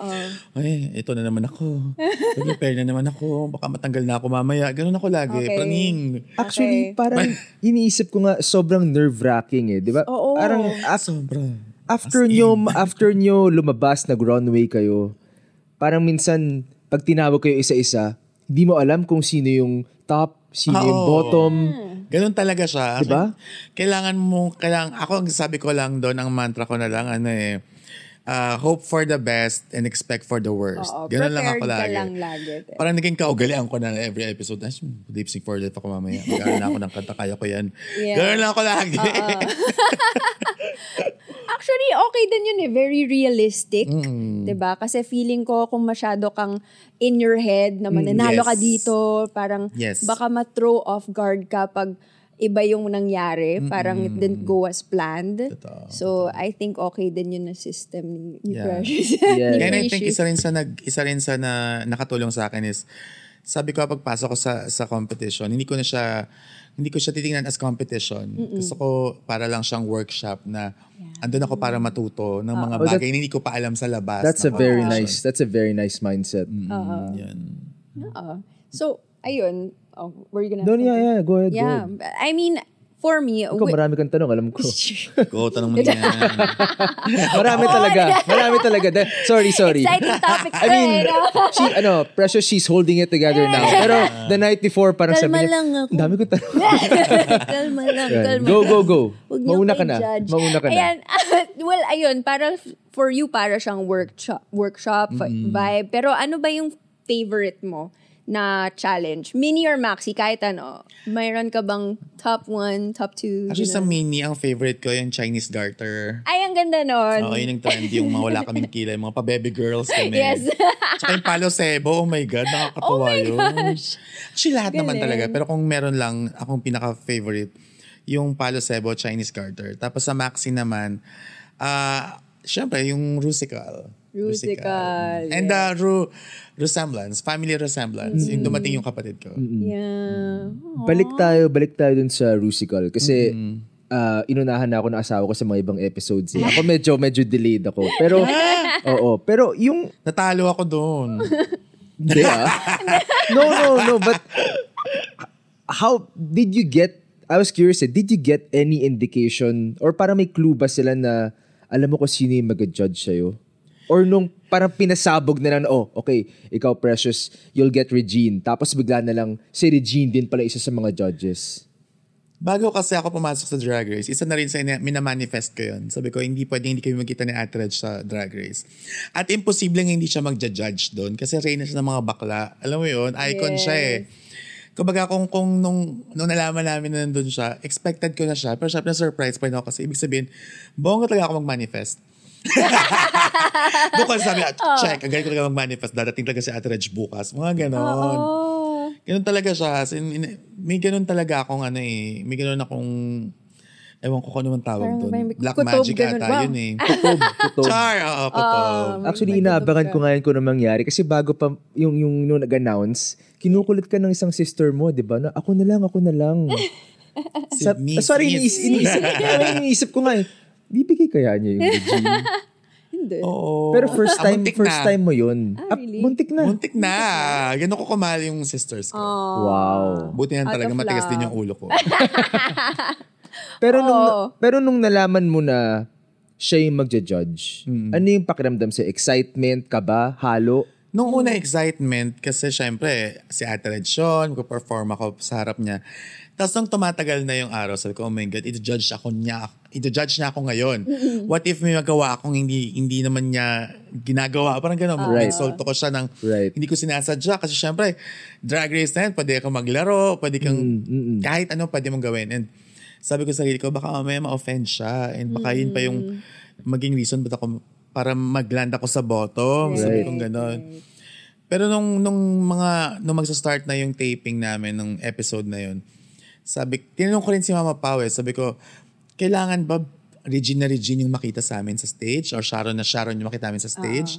[SPEAKER 4] ay, ito na naman ako. Prepare na naman ako. Baka matanggal na ako mamaya. Ganun ako lagi.
[SPEAKER 1] Okay.
[SPEAKER 4] Praning.
[SPEAKER 1] Okay.
[SPEAKER 3] actually, parang, iniisip ko nga, sobrang nerve-wracking eh, di ba?
[SPEAKER 1] Oo.
[SPEAKER 3] Parang, af-
[SPEAKER 4] Ah, Sobra.
[SPEAKER 3] after nyo, after nyo lumabas, nag-runway kayo, parang minsan, pag tinawag kayo isa-isa, hindi mo alam kung sino yung top, sino yung
[SPEAKER 4] Oo.
[SPEAKER 3] bottom.
[SPEAKER 1] Hmm.
[SPEAKER 4] Ganun talaga siya.
[SPEAKER 3] Diba?
[SPEAKER 4] Kailangan mo, kailangan, ako ang sabi ko lang doon, ang mantra ko na lang, ano eh, ah, hope for the best and expect for the worst.
[SPEAKER 1] Oo,
[SPEAKER 4] Ganun lang ako
[SPEAKER 1] prepared ka
[SPEAKER 4] lagi.
[SPEAKER 1] lang lagi.
[SPEAKER 4] Parang naging kaugalian ko na every episode. Ay, hmm, lip sync for life ako mamaya. Magkaroon na ako ng kanta, kaya ko yan.
[SPEAKER 1] Yeah.
[SPEAKER 4] Ganun lang ako lagi. *laughs*
[SPEAKER 1] Actually, okay din yun eh. Very realistic.
[SPEAKER 4] Mm.
[SPEAKER 1] 'di ba? Kasi feeling ko kung masyado kang in your head na mananalo
[SPEAKER 4] Mm, yes.
[SPEAKER 1] ka dito, parang
[SPEAKER 4] Yes.
[SPEAKER 1] baka ma-throw off guard ka pag iba yung nangyari. Parang it didn't go as planned.
[SPEAKER 4] Totoo,
[SPEAKER 1] So, I think okay din yun na system ni, ni
[SPEAKER 4] Yeah.
[SPEAKER 1] Precious. *laughs*
[SPEAKER 3] Yeah.
[SPEAKER 1] Ni
[SPEAKER 4] And I
[SPEAKER 1] Precious.
[SPEAKER 4] think isa rin sa nag isa rin sa na, nakatulong sa akin is sabi ko "Ah, pagpasok ko sa sa competition, hindi ko na siya hindi ko siya titingnan as competition. Gusto ko para lang siyang workshop na andun ako para matuto ng mga
[SPEAKER 3] Oh, that-
[SPEAKER 4] bagay na hindi ko pa alam sa labas.
[SPEAKER 3] That's a
[SPEAKER 4] na
[SPEAKER 3] very
[SPEAKER 4] competition.
[SPEAKER 3] nice, that's a very nice mindset.
[SPEAKER 1] Oh,
[SPEAKER 4] Mm, Yan.
[SPEAKER 1] Oo. Ah, So, ayun. Oh, were you gonna
[SPEAKER 3] No, yeah, yeah, go ahead, go
[SPEAKER 1] Yeah.
[SPEAKER 3] ahead.
[SPEAKER 1] I mean, for me,
[SPEAKER 3] Ikaw,
[SPEAKER 1] wi-
[SPEAKER 3] marami kang tanong,
[SPEAKER 1] *laughs*
[SPEAKER 3] alam ko.
[SPEAKER 4] Go, tanong mo niya.
[SPEAKER 3] Marami
[SPEAKER 1] Oh,
[SPEAKER 3] talaga. Marami talaga. Da- Sorry, sorry.
[SPEAKER 1] exciting topics
[SPEAKER 3] I
[SPEAKER 1] to
[SPEAKER 3] mean,
[SPEAKER 1] eh, no?
[SPEAKER 3] she, ano, precious, she's holding it together now. Pero the night before, parang
[SPEAKER 1] Kalma
[SPEAKER 3] sabi niya,
[SPEAKER 1] lang ako.
[SPEAKER 3] "Ang dami ko tanong.
[SPEAKER 1] kalma
[SPEAKER 3] *laughs*
[SPEAKER 1] lang, kalma
[SPEAKER 3] Go,
[SPEAKER 1] lang.
[SPEAKER 3] go, go.
[SPEAKER 1] Huwag niyo
[SPEAKER 3] Mauna ka
[SPEAKER 1] kayo
[SPEAKER 3] na.
[SPEAKER 1] judge.
[SPEAKER 3] Mauna ka na.
[SPEAKER 1] Ayan, *laughs* well, ayun, para f- for you, para siyang workshop, workshop
[SPEAKER 3] Mm.
[SPEAKER 1] vibe. Pero ano ba yung favorite mo na challenge? Mini or maxi, kahit ano. Mayroon ka bang top one, top two?
[SPEAKER 4] Actually sa
[SPEAKER 1] ganun?
[SPEAKER 4] mini, ang favorite ko yung Chinese garter.
[SPEAKER 1] Ay, ang ganda nun.
[SPEAKER 4] Oo, yun yung trend, yung mga wala kaming kilay, mga pa-baby girls kami.
[SPEAKER 1] Yes.
[SPEAKER 4] Tsaka yung palo sebo, oh my God, nakakatuwa
[SPEAKER 1] Oh my
[SPEAKER 4] yun.
[SPEAKER 1] gosh.
[SPEAKER 4] Actually, lahat
[SPEAKER 1] Galing.
[SPEAKER 4] naman talaga. Pero kung meron lang, akong pinaka-favorite, yung palo sebo, Chinese garter. Tapos sa Maxi naman, ah, syempre, yung rusical.
[SPEAKER 1] Rusical,
[SPEAKER 4] And the ru resemblance, family resemblance,
[SPEAKER 1] Mm-hmm.
[SPEAKER 4] yung dumating yung kapatid ko.
[SPEAKER 1] *laughs* Yeah.
[SPEAKER 3] Balik tayo, balik tayo dun sa Rusical. Kasi, ah, inunahan na ako ng asawa ko sa mga ibang episodes. Eh. Ako medyo, medyo delayed ako.
[SPEAKER 1] *laughs*
[SPEAKER 3] Pero, oo. Pero yung,
[SPEAKER 4] Natalo ako doon.
[SPEAKER 3] Hindi ah. *laughs* no, no, no. But how did you get, I was curious, eh, did you get any indication or para may clue ba sila na alam mo kung sino yung mag-judge sa'yo? Or nung parang pinasabog na lang, oh, okay, ikaw Precious, you'll get Regine. Tapos bigla na lang, si Regine din pala isa sa mga judges.
[SPEAKER 4] Bago kasi ako pumasok sa Drag Race, isa na rin sa ina- minamanifest ko yun. Sabi ko, hindi pwede hindi kami magkita ni Ate Reg sa Drag Race. At imposible nga hindi siya magja-judge doon kasi reyna siya ng mga bakla. Alam mo yun, icon siya eh. Kumbaga kung, kung nung, nung nalaman namin na nandun siya, expected ko na siya. Pero syempre surprise pa rin ako kasi ibig sabihin, bongga talaga ako mag-manifest. *laughs* Doon ko sabi, "Ah, check, ang galing ko talaga mag-manifest. Dadating talaga si Ate Reg bukas. Mga ganon.
[SPEAKER 1] Oo.
[SPEAKER 4] Ganun talaga siya. As in, in- may ganun talaga akong ano eh. May ganun akong... Ewan ko kung ano man tawag
[SPEAKER 1] Parang
[SPEAKER 4] doon.
[SPEAKER 1] may-
[SPEAKER 4] Black
[SPEAKER 1] kutob,
[SPEAKER 4] magic
[SPEAKER 1] ganun
[SPEAKER 4] ata
[SPEAKER 1] ba?
[SPEAKER 4] yun eh.
[SPEAKER 3] *laughs* Kutob, kutob.
[SPEAKER 4] Char! Oo, kutob.
[SPEAKER 3] Actually, inaabangan ko ngayon kung ano mangyari. Kasi bago pa yung, yung nung nag-announce, kinukulit ka ng isang sister mo, di ba? Na, ako na lang, ako na lang.
[SPEAKER 4] si
[SPEAKER 3] Sa,
[SPEAKER 4] Miss,
[SPEAKER 3] sorry,
[SPEAKER 4] Miss.
[SPEAKER 3] iniis-
[SPEAKER 4] *laughs*
[SPEAKER 3] iniisip, parang iniisip ko nga eh. Bibigay kaya niya yung Regine.
[SPEAKER 1] Hindi.
[SPEAKER 4] Oo.
[SPEAKER 3] *laughs* Pero first
[SPEAKER 4] Ah,
[SPEAKER 3] time,
[SPEAKER 4] muntik
[SPEAKER 3] first
[SPEAKER 4] na.
[SPEAKER 3] time mo yun.
[SPEAKER 1] Ah, really?
[SPEAKER 3] Ah, muntik na.
[SPEAKER 4] Muntik
[SPEAKER 1] *laughs*
[SPEAKER 4] na. Ganun ko kumahal yung sisters ko.
[SPEAKER 3] Wow.
[SPEAKER 4] Buti na
[SPEAKER 1] Out
[SPEAKER 4] talaga
[SPEAKER 1] of
[SPEAKER 4] matigas
[SPEAKER 1] love.
[SPEAKER 4] din yung ulo ko.
[SPEAKER 1] *laughs*
[SPEAKER 3] Pero nung
[SPEAKER 1] Oo.
[SPEAKER 3] pero nung nalaman mo na siya yung magja-judge, ano yung pakiramdam sa excitement ka ba? Halo?
[SPEAKER 4] Nung una excitement, kasi syempre, si Ate Red Sean, perform ako sa harap niya. Tapos nung tumatagal na yung araw, sabi ko, oh my God, i-judge ako niya. I-judge niya ako ngayon. What if may magawa akong hindi, hindi naman niya ginagawa? Parang gano'n,
[SPEAKER 3] Right.
[SPEAKER 4] right. insult ko siya ng
[SPEAKER 3] Right.
[SPEAKER 4] hindi ko sinasadya. Kasi syempre, drag race na yan, pwede kang maglaro, pwede kang kahit ano pwede mong gawin. And sabi ko sa sarili ko, baka mamaya ma-offend siya. And baka yun pa yung maging reason ba't ako para magland ako sa bottom. Sabi
[SPEAKER 3] Right.
[SPEAKER 4] kong gano'n. Pero nung nung mga nung magsa-start na yung taping namin ng episode na yun, sabi tinanong ko rin si Mama Pau eh, sabi ko, kailangan ba Regina Regine yung makita sa amin sa stage or Sharon na Sharon yung makita namin sa stage?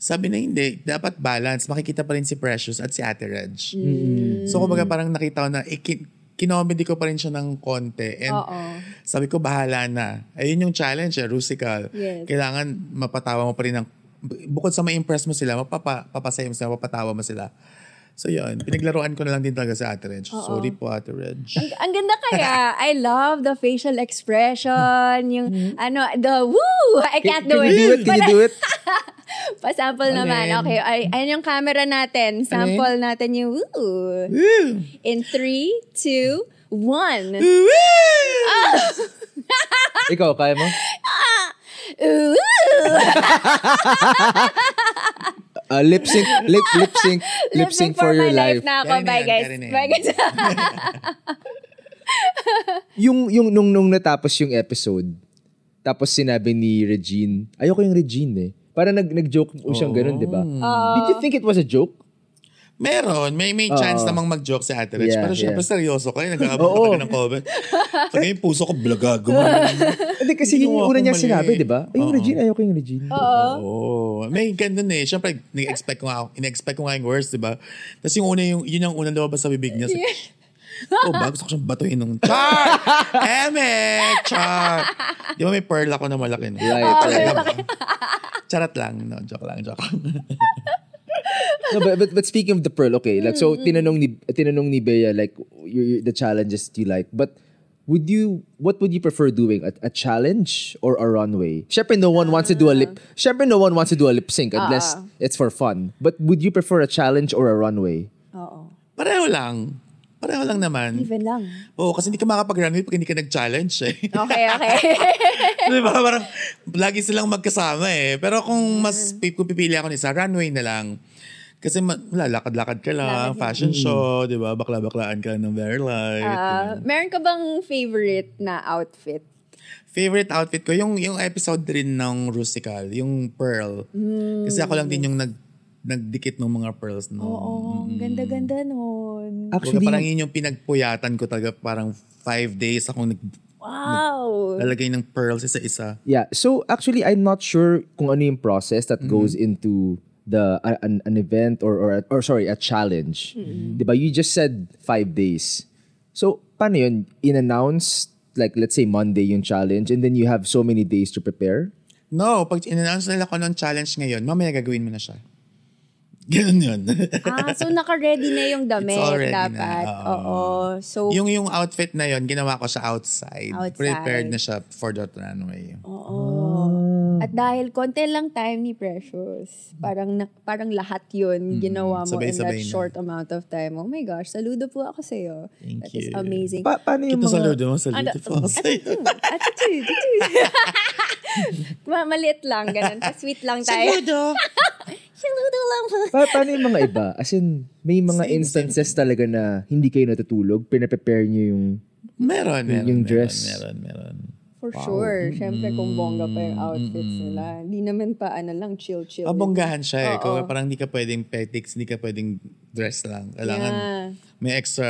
[SPEAKER 4] Sabi na hindi, dapat balance. Makikita pa rin si Precious at si Ate Reg.
[SPEAKER 1] Mm.
[SPEAKER 4] So kumbaga parang nakita ko na eh, kin- kinomedy ko pa rin siya ng konti. And
[SPEAKER 1] Oo.
[SPEAKER 4] sabi ko, bahala na. Ayun yung challenge, eh, Rusical.
[SPEAKER 1] Yes.
[SPEAKER 4] Kailangan mapatawa mo pa rin ng... bu- Bukod sa ma-impress mo sila, mapapa, papasaya mo sila, mapatawa mo sila. So yun, pinaglaruan ko na lang din talaga si Ate Reg. Sorry po, Ate Reg.
[SPEAKER 1] Ang ganda kaya. I love the facial expression, yung ano, the woo! I can't do
[SPEAKER 3] Mm-hmm. Can
[SPEAKER 1] it.
[SPEAKER 3] you do it? Can you do Ano it?
[SPEAKER 1] *laughs* Pasample naman.
[SPEAKER 4] Alin?
[SPEAKER 1] Okay, ay, ayan yung camera natin.
[SPEAKER 3] Ano
[SPEAKER 1] Sample natin yung woo. In three, two, one.
[SPEAKER 3] Ikaw, kaya mo?
[SPEAKER 1] Woo!
[SPEAKER 3] Ah, lip sync, lip, lip sync, lip sync for, your
[SPEAKER 1] my
[SPEAKER 3] life.
[SPEAKER 1] na ako.
[SPEAKER 4] Ganun na
[SPEAKER 1] Bye
[SPEAKER 4] yan,
[SPEAKER 1] guys.
[SPEAKER 4] ganun na yan.
[SPEAKER 1] Bye guys. *laughs*
[SPEAKER 3] Yung, yung, nung, nung natapos yung episode, tapos sinabi ni Regine, ayoko yung Regine eh. Parang nag, nag-joke mo siyang ganun, di
[SPEAKER 4] Oh.
[SPEAKER 3] ba? Did you think it was a joke?
[SPEAKER 4] Meron, may may chance namang mag-joke si Ate Reg.
[SPEAKER 3] Yeah,
[SPEAKER 4] pero syempre
[SPEAKER 3] yeah.
[SPEAKER 4] seryoso kayo, nag-aabot pa ka ng comment. Sa yung puso ko, blagag.
[SPEAKER 3] *laughs* Hindi kasi yun yung
[SPEAKER 4] Ginawa
[SPEAKER 3] una
[SPEAKER 4] kong
[SPEAKER 3] niya
[SPEAKER 4] mali. eh.
[SPEAKER 3] sinabi, di ba? Ay, yung
[SPEAKER 4] Oo.
[SPEAKER 3] Regine, ayoko yung Regine.
[SPEAKER 4] Oo. May ganun eh. Siyempre, nag-expect ko nga, in-expect ko nga yung worst, di ba? Tapos yung una, yung, yun ang unang lumabas sa bibig niya. So, *laughs* oh, ba? Gusto ko siyang batuhin ng char! Eme! Char! Di ba may pearl ako na malaki? No?
[SPEAKER 3] Right,
[SPEAKER 4] Charot
[SPEAKER 3] right.
[SPEAKER 4] lang. Charot lang. No, joke lang, joke lang. *laughs*
[SPEAKER 3] no, but, but but speaking of the pearl, okay. Like so tinanong ni tinanong ni Bea like your, your, the challenges you like. But would you what would you prefer doing? A, a challenge or a runway? Syempre no one wants to do a lip. Syempre no one wants to do a lip sync unless it's for fun. But would you prefer a challenge or a runway?
[SPEAKER 1] Oo.
[SPEAKER 4] Pareho lang. Pareho lang naman.
[SPEAKER 1] Even
[SPEAKER 4] *laughs*
[SPEAKER 1] lang.
[SPEAKER 4] Oo, kasi hindi ka makakapag-runway pag hindi ka nag-challenge eh.
[SPEAKER 1] Okay,
[SPEAKER 4] *laughs*
[SPEAKER 1] okay.
[SPEAKER 4] di ba? Parang lagi silang magkasama eh. Pero kung
[SPEAKER 1] Mm.
[SPEAKER 4] mas pi- kung pipili ako ni sa runway na lang. Kasi ma- wala, lakad-lakad ka lang, fashion show, di ba? Bakla-baklaan ka lang ng very light.
[SPEAKER 1] Ah, meron ka bang favorite na outfit?
[SPEAKER 4] Favorite outfit ko, yung, yung episode rin ng Rusical, yung pearl.
[SPEAKER 1] Mm.
[SPEAKER 4] Kasi ako lang din yung nag, nagdikit ng mga pearls. No?
[SPEAKER 3] Mm-hmm.
[SPEAKER 1] Oo, Oh, ang ganda-ganda nun.
[SPEAKER 4] Kumbaga,
[SPEAKER 3] Actually,
[SPEAKER 4] parang yun yung pinagpuyatan ko talaga. Parang five days akong
[SPEAKER 1] Wow!
[SPEAKER 4] naglalagay ng pearls isa-isa.
[SPEAKER 3] yeah. So actually I'm not sure kung ano yung process that
[SPEAKER 1] Mm-hmm.
[SPEAKER 3] goes into the a- an, an event or or or sorry, a challenge.
[SPEAKER 1] Mm-hmm.
[SPEAKER 3] 'Di ba? You just said five days. So paano yun? In-announce like let's say Monday yung challenge and then you have so many days to prepare?
[SPEAKER 4] No, pag in-announce nila ko ng challenge ngayon, mamaya gagawin mo na siya. Ganun yun. *laughs*
[SPEAKER 1] Ah, so naka-ready na yung damit
[SPEAKER 4] It's already
[SPEAKER 1] dapat.
[SPEAKER 4] na,
[SPEAKER 1] Oo. So,
[SPEAKER 4] Yung yung outfit na yon ginawa ko sa outside.
[SPEAKER 1] Outside.
[SPEAKER 4] Prepared na siya for the runway.
[SPEAKER 1] oo. At dahil konti lang time ni Precious, parang na, parang lahat yun ginawa mo in that
[SPEAKER 4] Mm-hmm. Sabay-sabay na.
[SPEAKER 1] short amount of time. Oh my gosh, saludo po ako sa'yo.
[SPEAKER 4] Thank
[SPEAKER 1] That is
[SPEAKER 4] you.
[SPEAKER 1] amazing.
[SPEAKER 3] Pa- paano yung
[SPEAKER 4] Kito
[SPEAKER 3] mga...
[SPEAKER 4] saludo mo,
[SPEAKER 1] Ano,
[SPEAKER 4] saludo po ako sa'yo.
[SPEAKER 1] Attitude, attitude. Ma- maliit lang, ganun. Pa-sweet lang tayo.
[SPEAKER 4] *laughs* Saludo!
[SPEAKER 1] saludo lang po.
[SPEAKER 3] Pa- paano yung mga iba? As in, may mga
[SPEAKER 4] Same,
[SPEAKER 3] instances talaga na hindi kayo natutulog, pinaprepare nyo yung...
[SPEAKER 4] Meron, meron.
[SPEAKER 3] Yung
[SPEAKER 4] meron,
[SPEAKER 3] dress.
[SPEAKER 4] Meron, meron.
[SPEAKER 1] For sure. Syempre, kung bongga pa yung outfits nila. Hindi naman pa, ano lang, chill-chill.
[SPEAKER 4] Abonggahan siya eh.
[SPEAKER 1] Oo.
[SPEAKER 4] Kaya parang hindi ka pwedeng petics, hindi ka pwedeng dress lang. Kailangan
[SPEAKER 1] Yeah.
[SPEAKER 4] may extra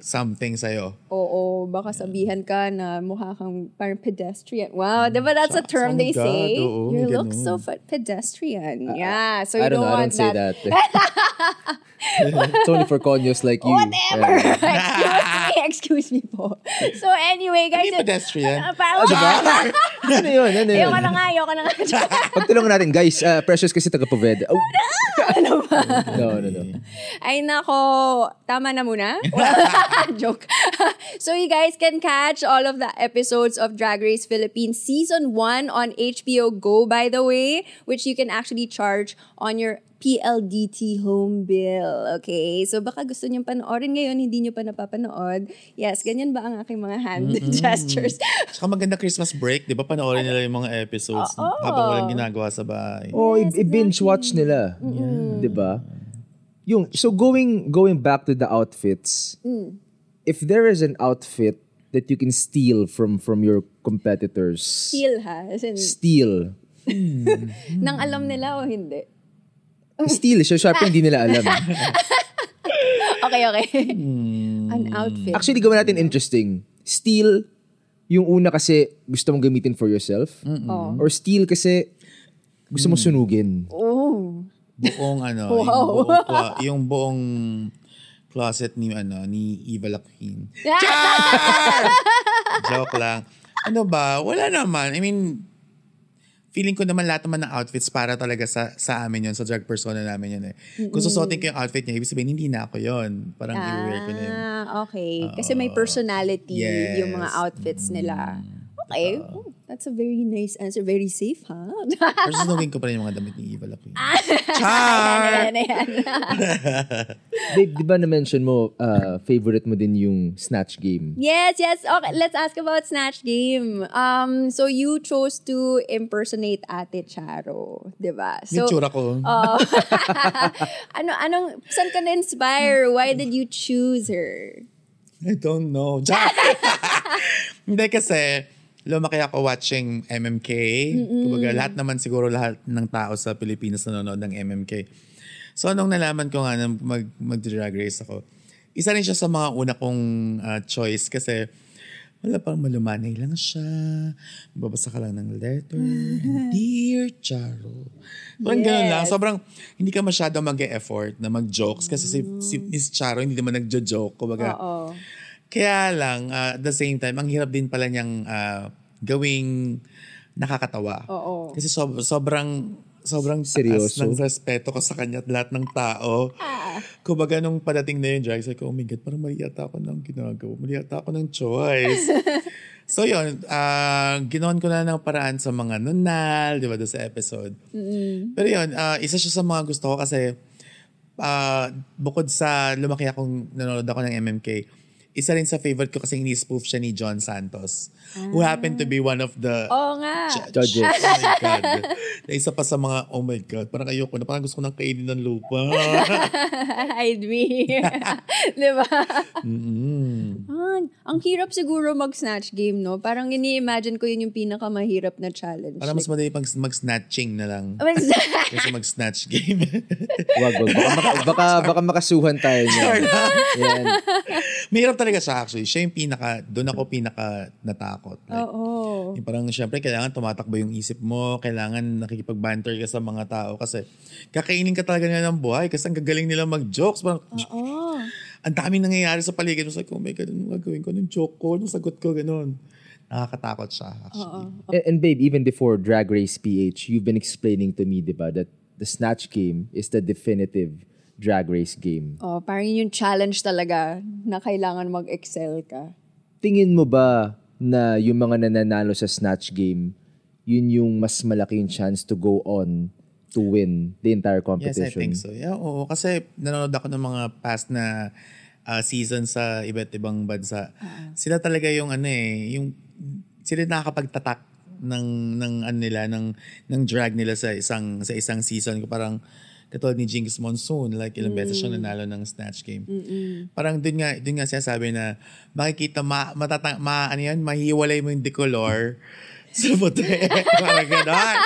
[SPEAKER 4] something sa'yo.
[SPEAKER 1] Oo, baka sabihan ka na mukha kang parang pedestrian.
[SPEAKER 3] Hmm.
[SPEAKER 1] Wow, diba that's a term they
[SPEAKER 4] Oh my God,
[SPEAKER 1] say?
[SPEAKER 4] oo,
[SPEAKER 1] you
[SPEAKER 4] may
[SPEAKER 1] look
[SPEAKER 4] ganun.
[SPEAKER 1] so fe- pedestrian. yeah, so you
[SPEAKER 3] Ah, I
[SPEAKER 1] don't,
[SPEAKER 3] don't, know, I
[SPEAKER 1] want
[SPEAKER 3] don't
[SPEAKER 1] *laughs*
[SPEAKER 3] say
[SPEAKER 1] that.
[SPEAKER 3] that. *laughs* It's only for conyos like you.
[SPEAKER 1] Whatever! *laughs*
[SPEAKER 3] Yeah.
[SPEAKER 1] excuse me, excuse me po. So anyway, guys.
[SPEAKER 4] Hindi Ano pedestrian.
[SPEAKER 1] Ah, parang,
[SPEAKER 3] ano *laughs* yun? Ano yun?
[SPEAKER 1] ayoko na nga, *laughs* ayoko na nga.
[SPEAKER 3] Pagtulungan natin, guys. ah, precious kasi taga-poved. Oh. No, no, no.
[SPEAKER 1] Ay nako, tama na muna. *laughs* Joke. so you guys can catch all of the episodes of Drag Race Philippines Season 1 on HBO Go, by the way, which you can actually charge on your PLDT home bill. Okay? So baka gusto niyong panoorin ngayon, hindi niyo pa napapanood. Yes, ganyan ba ang aking mga hand *laughs* gestures?
[SPEAKER 4] Tsaka maganda Christmas break, di ba? Panoorin nila yung mga episodes
[SPEAKER 1] Oo.
[SPEAKER 4] habang walang ginagawa sa bahay.
[SPEAKER 3] Oh, i- i-binge watch nila. 'Di ba? Yung so going going back to the outfits.
[SPEAKER 1] Mm.
[SPEAKER 3] If there is an outfit that you can steal from from your competitors.
[SPEAKER 1] Feel ha? As in,
[SPEAKER 3] Steal.
[SPEAKER 1] nang alam nila o hindi? *laughs*
[SPEAKER 3] Steal. So, syempre, hindi nila alam.
[SPEAKER 1] Okay, okay. *laughs* An outfit.
[SPEAKER 3] Actually, gawin natin interesting. Steal, yung una kasi gusto mong gamitin for yourself.
[SPEAKER 1] Oo.
[SPEAKER 3] Or steal kasi gusto mong sunugin.
[SPEAKER 1] Oh.
[SPEAKER 4] Buong
[SPEAKER 1] Wow.
[SPEAKER 4] ano, yung, buong, clo- yung buong closet ni ano ni Eva La Queen. *laughs* Joke lang. Ano ba? Wala naman. I mean, feeling ko naman lahat naman ng outfits para talaga sa sa amin yun, sa drag persona namin yun eh. Kung susuotin ko yung outfit niya, ibig sabihin, hindi na ako yun. Parang i-wear ko na yun.
[SPEAKER 1] Ah, okay. Kasi may personality
[SPEAKER 4] Yes. Mm.
[SPEAKER 1] yung mga outfits nila. Okay. Oh, that's a very nice answer. Very safe, ha? *laughs*
[SPEAKER 4] Pero susunugin ko pa rin yung mga damit ni Eva La Queen.
[SPEAKER 1] Ayan, ayan, ayan.
[SPEAKER 3] Babe, di ba na-mention mo, ah, favorite mo din yung Snatch Game?
[SPEAKER 1] Yes, yes. Okay, let's ask about Snatch Game. Um, so you chose to impersonate Ate Charo, di ba?
[SPEAKER 4] yung
[SPEAKER 1] So,
[SPEAKER 4] tsura ko.
[SPEAKER 1] ano, anong, saan ka na-inspire? Why did you choose
[SPEAKER 4] *laughs*
[SPEAKER 1] her?
[SPEAKER 4] I don't know. Jack! *laughs* Hindi kasi, lumaki ako watching MMK. Kumbaga, lahat naman siguro lahat ng tao sa Pilipinas nanonood ng MMK. So, nung nalaman ko nga na mag, mag-drag race ako, isa rin siya sa mga una kong ah, choice kasi wala pang malumanay lang siya. Babasa ka lang ng letter. And dear Charo. Parang ganun lang. Sobrang hindi ka masyado mag-e-effort na mag-jokes kasi si, si Miss Charo hindi naman nagjo-joke. Kumbaga,
[SPEAKER 1] Oo.
[SPEAKER 4] kaya lang, ah, at the same time, ang hirap din pala niyang ah, gawing nakakatawa.
[SPEAKER 1] Oo.
[SPEAKER 4] Kasi sob- sobrang sobrang taas
[SPEAKER 3] Seryoso.
[SPEAKER 4] ng respeto ko sa kanya at lahat ng tao. Kumbaga nung padating na yun, drag, sabi ko, oh my God, parang mali yata ako ng ginagawa. Mali yata ako ng choice. so yun, ah, ginawan ko na ng paraan sa mga nunal, di ba, doon sa episode. Pero yun, ah, isa siya sa mga gusto ko kasi ah, bukod sa lumaki akong nanonood ako ng MMK, isa rin sa favorite ko kasi ini-spoof siya ni John Santos who happened to be one of the
[SPEAKER 1] Oo nga.
[SPEAKER 4] judges.
[SPEAKER 3] Judges.
[SPEAKER 4] Oh my God. Na isa pa sa mga, oh my God, parang ayoko na, parang gusto ko nang kainin ng lupa.
[SPEAKER 1] Hide me. *laughs* Di ba? Man, ang hirap siguro mag-snatch game, no? Parang ini-imagine ko yun yung pinakamahirap na challenge.
[SPEAKER 4] parang mas madali pang mag-snatching na
[SPEAKER 1] *laughs*
[SPEAKER 4] lang.
[SPEAKER 1] Mas-
[SPEAKER 4] Kasi mag-snatch game. *laughs*
[SPEAKER 3] Wag, wag. Baka, maka- baka, baka makasuhan tayo niyan. Yan.
[SPEAKER 4] Mahirap talaga siya actually. Siya yung pinaka, doon ako pinaka natakot. Like,
[SPEAKER 1] Oo.
[SPEAKER 4] Yung parang syempre kailangan tumatakbo yung isip mo, kailangan nakikipag-banter ka sa mga tao kasi kakainin ka talaga nila ng buhay kasi ang gagaling nila mag-jokes. Parang,
[SPEAKER 1] Oo.
[SPEAKER 4] ang daming nangyayari sa paligid mo. Sabi ko, oh my God, anong gagawin ko? Anong joke ko? Anong sagot ko? Ganun. Nakakatakot siya actually.
[SPEAKER 3] And, and babe, even before Drag Race PH, you've been explaining to me, di ba, that the Snatch Game is the definitive Drag Race game.
[SPEAKER 1] Oh, parang yun yung challenge talaga na kailangan mag-excel ka.
[SPEAKER 3] Tingin mo ba na yung mga nananalo sa Snatch Game, yun yung mas malaki yung chance to go on to win the entire
[SPEAKER 4] Yes,
[SPEAKER 3] competition.
[SPEAKER 4] I think so. Yeah, oo. Kasi nanonood ako ng mga past na uh, season sa iba't ibang bansa. Sila talaga yung ano eh, yung sila nakakapagtatak ng ng ano nila ng ng drag nila sa isang sa isang season parang katulad ni Jinx Monsoon like ilang beses siyang nanalo ng snatch game. Parang dun nga dun nga siya sabi na makikita ma, matatang ma ano yan mahiwalay mo yung decolor sa puti. parang gano'n.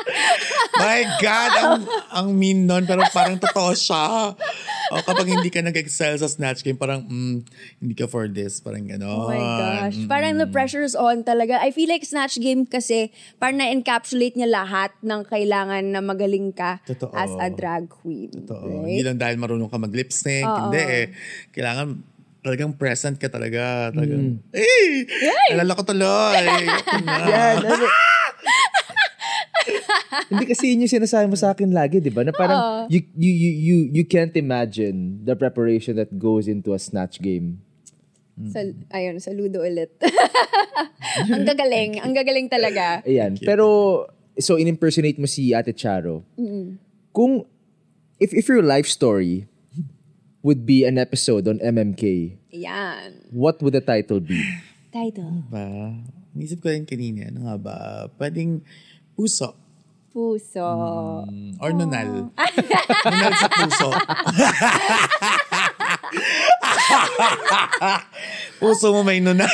[SPEAKER 4] My God, ang, ang mean nun, pero parang totoo siya. O, kapag hindi ka nag-excel sa snatch game, parang, mm, hindi ka for this. Parang gano'n.
[SPEAKER 1] Oh my gosh. Parang the pressure's on talaga. I feel like Snatch Game kasi parang na-encapsulate niya lahat ng kailangan na magaling ka
[SPEAKER 4] Totoo.
[SPEAKER 1] as a drag queen.
[SPEAKER 4] Totoo. Hindi
[SPEAKER 1] Right?
[SPEAKER 4] lang dahil marunong ka mag-lip sync. Hindi eh. Kailangan talagang present ka talaga. Talagang, eh! Alala ko
[SPEAKER 1] *laughs*
[SPEAKER 4] tuloy.
[SPEAKER 3] Yan. ano- *laughs* Hindi kasi yun yung sinasabi mo sa akin lagi, di ba? Na parang you, you, you, you, you can't imagine the preparation that goes into a snatch game.
[SPEAKER 4] Mm.
[SPEAKER 1] Sal- ayun, saludo ulit. *laughs* ang gagaling. Ang gagaling talaga.
[SPEAKER 3] Ayan. Pero, so in-impersonate mo si Ate Charo. Kung, if, if your life story would be an episode on MMK,
[SPEAKER 1] Ayan.
[SPEAKER 3] what would the title be? Hmm.
[SPEAKER 1] Title.
[SPEAKER 4] ba? Nisip Diba? ko rin kanina. Ano nga ba? Pwedeng puso.
[SPEAKER 1] Puso.
[SPEAKER 3] Hmm.
[SPEAKER 4] Mm, Or nunal.
[SPEAKER 1] Oh.
[SPEAKER 4] *laughs* nunal sa
[SPEAKER 1] *laughs*
[SPEAKER 4] puso. puso mo may nunal.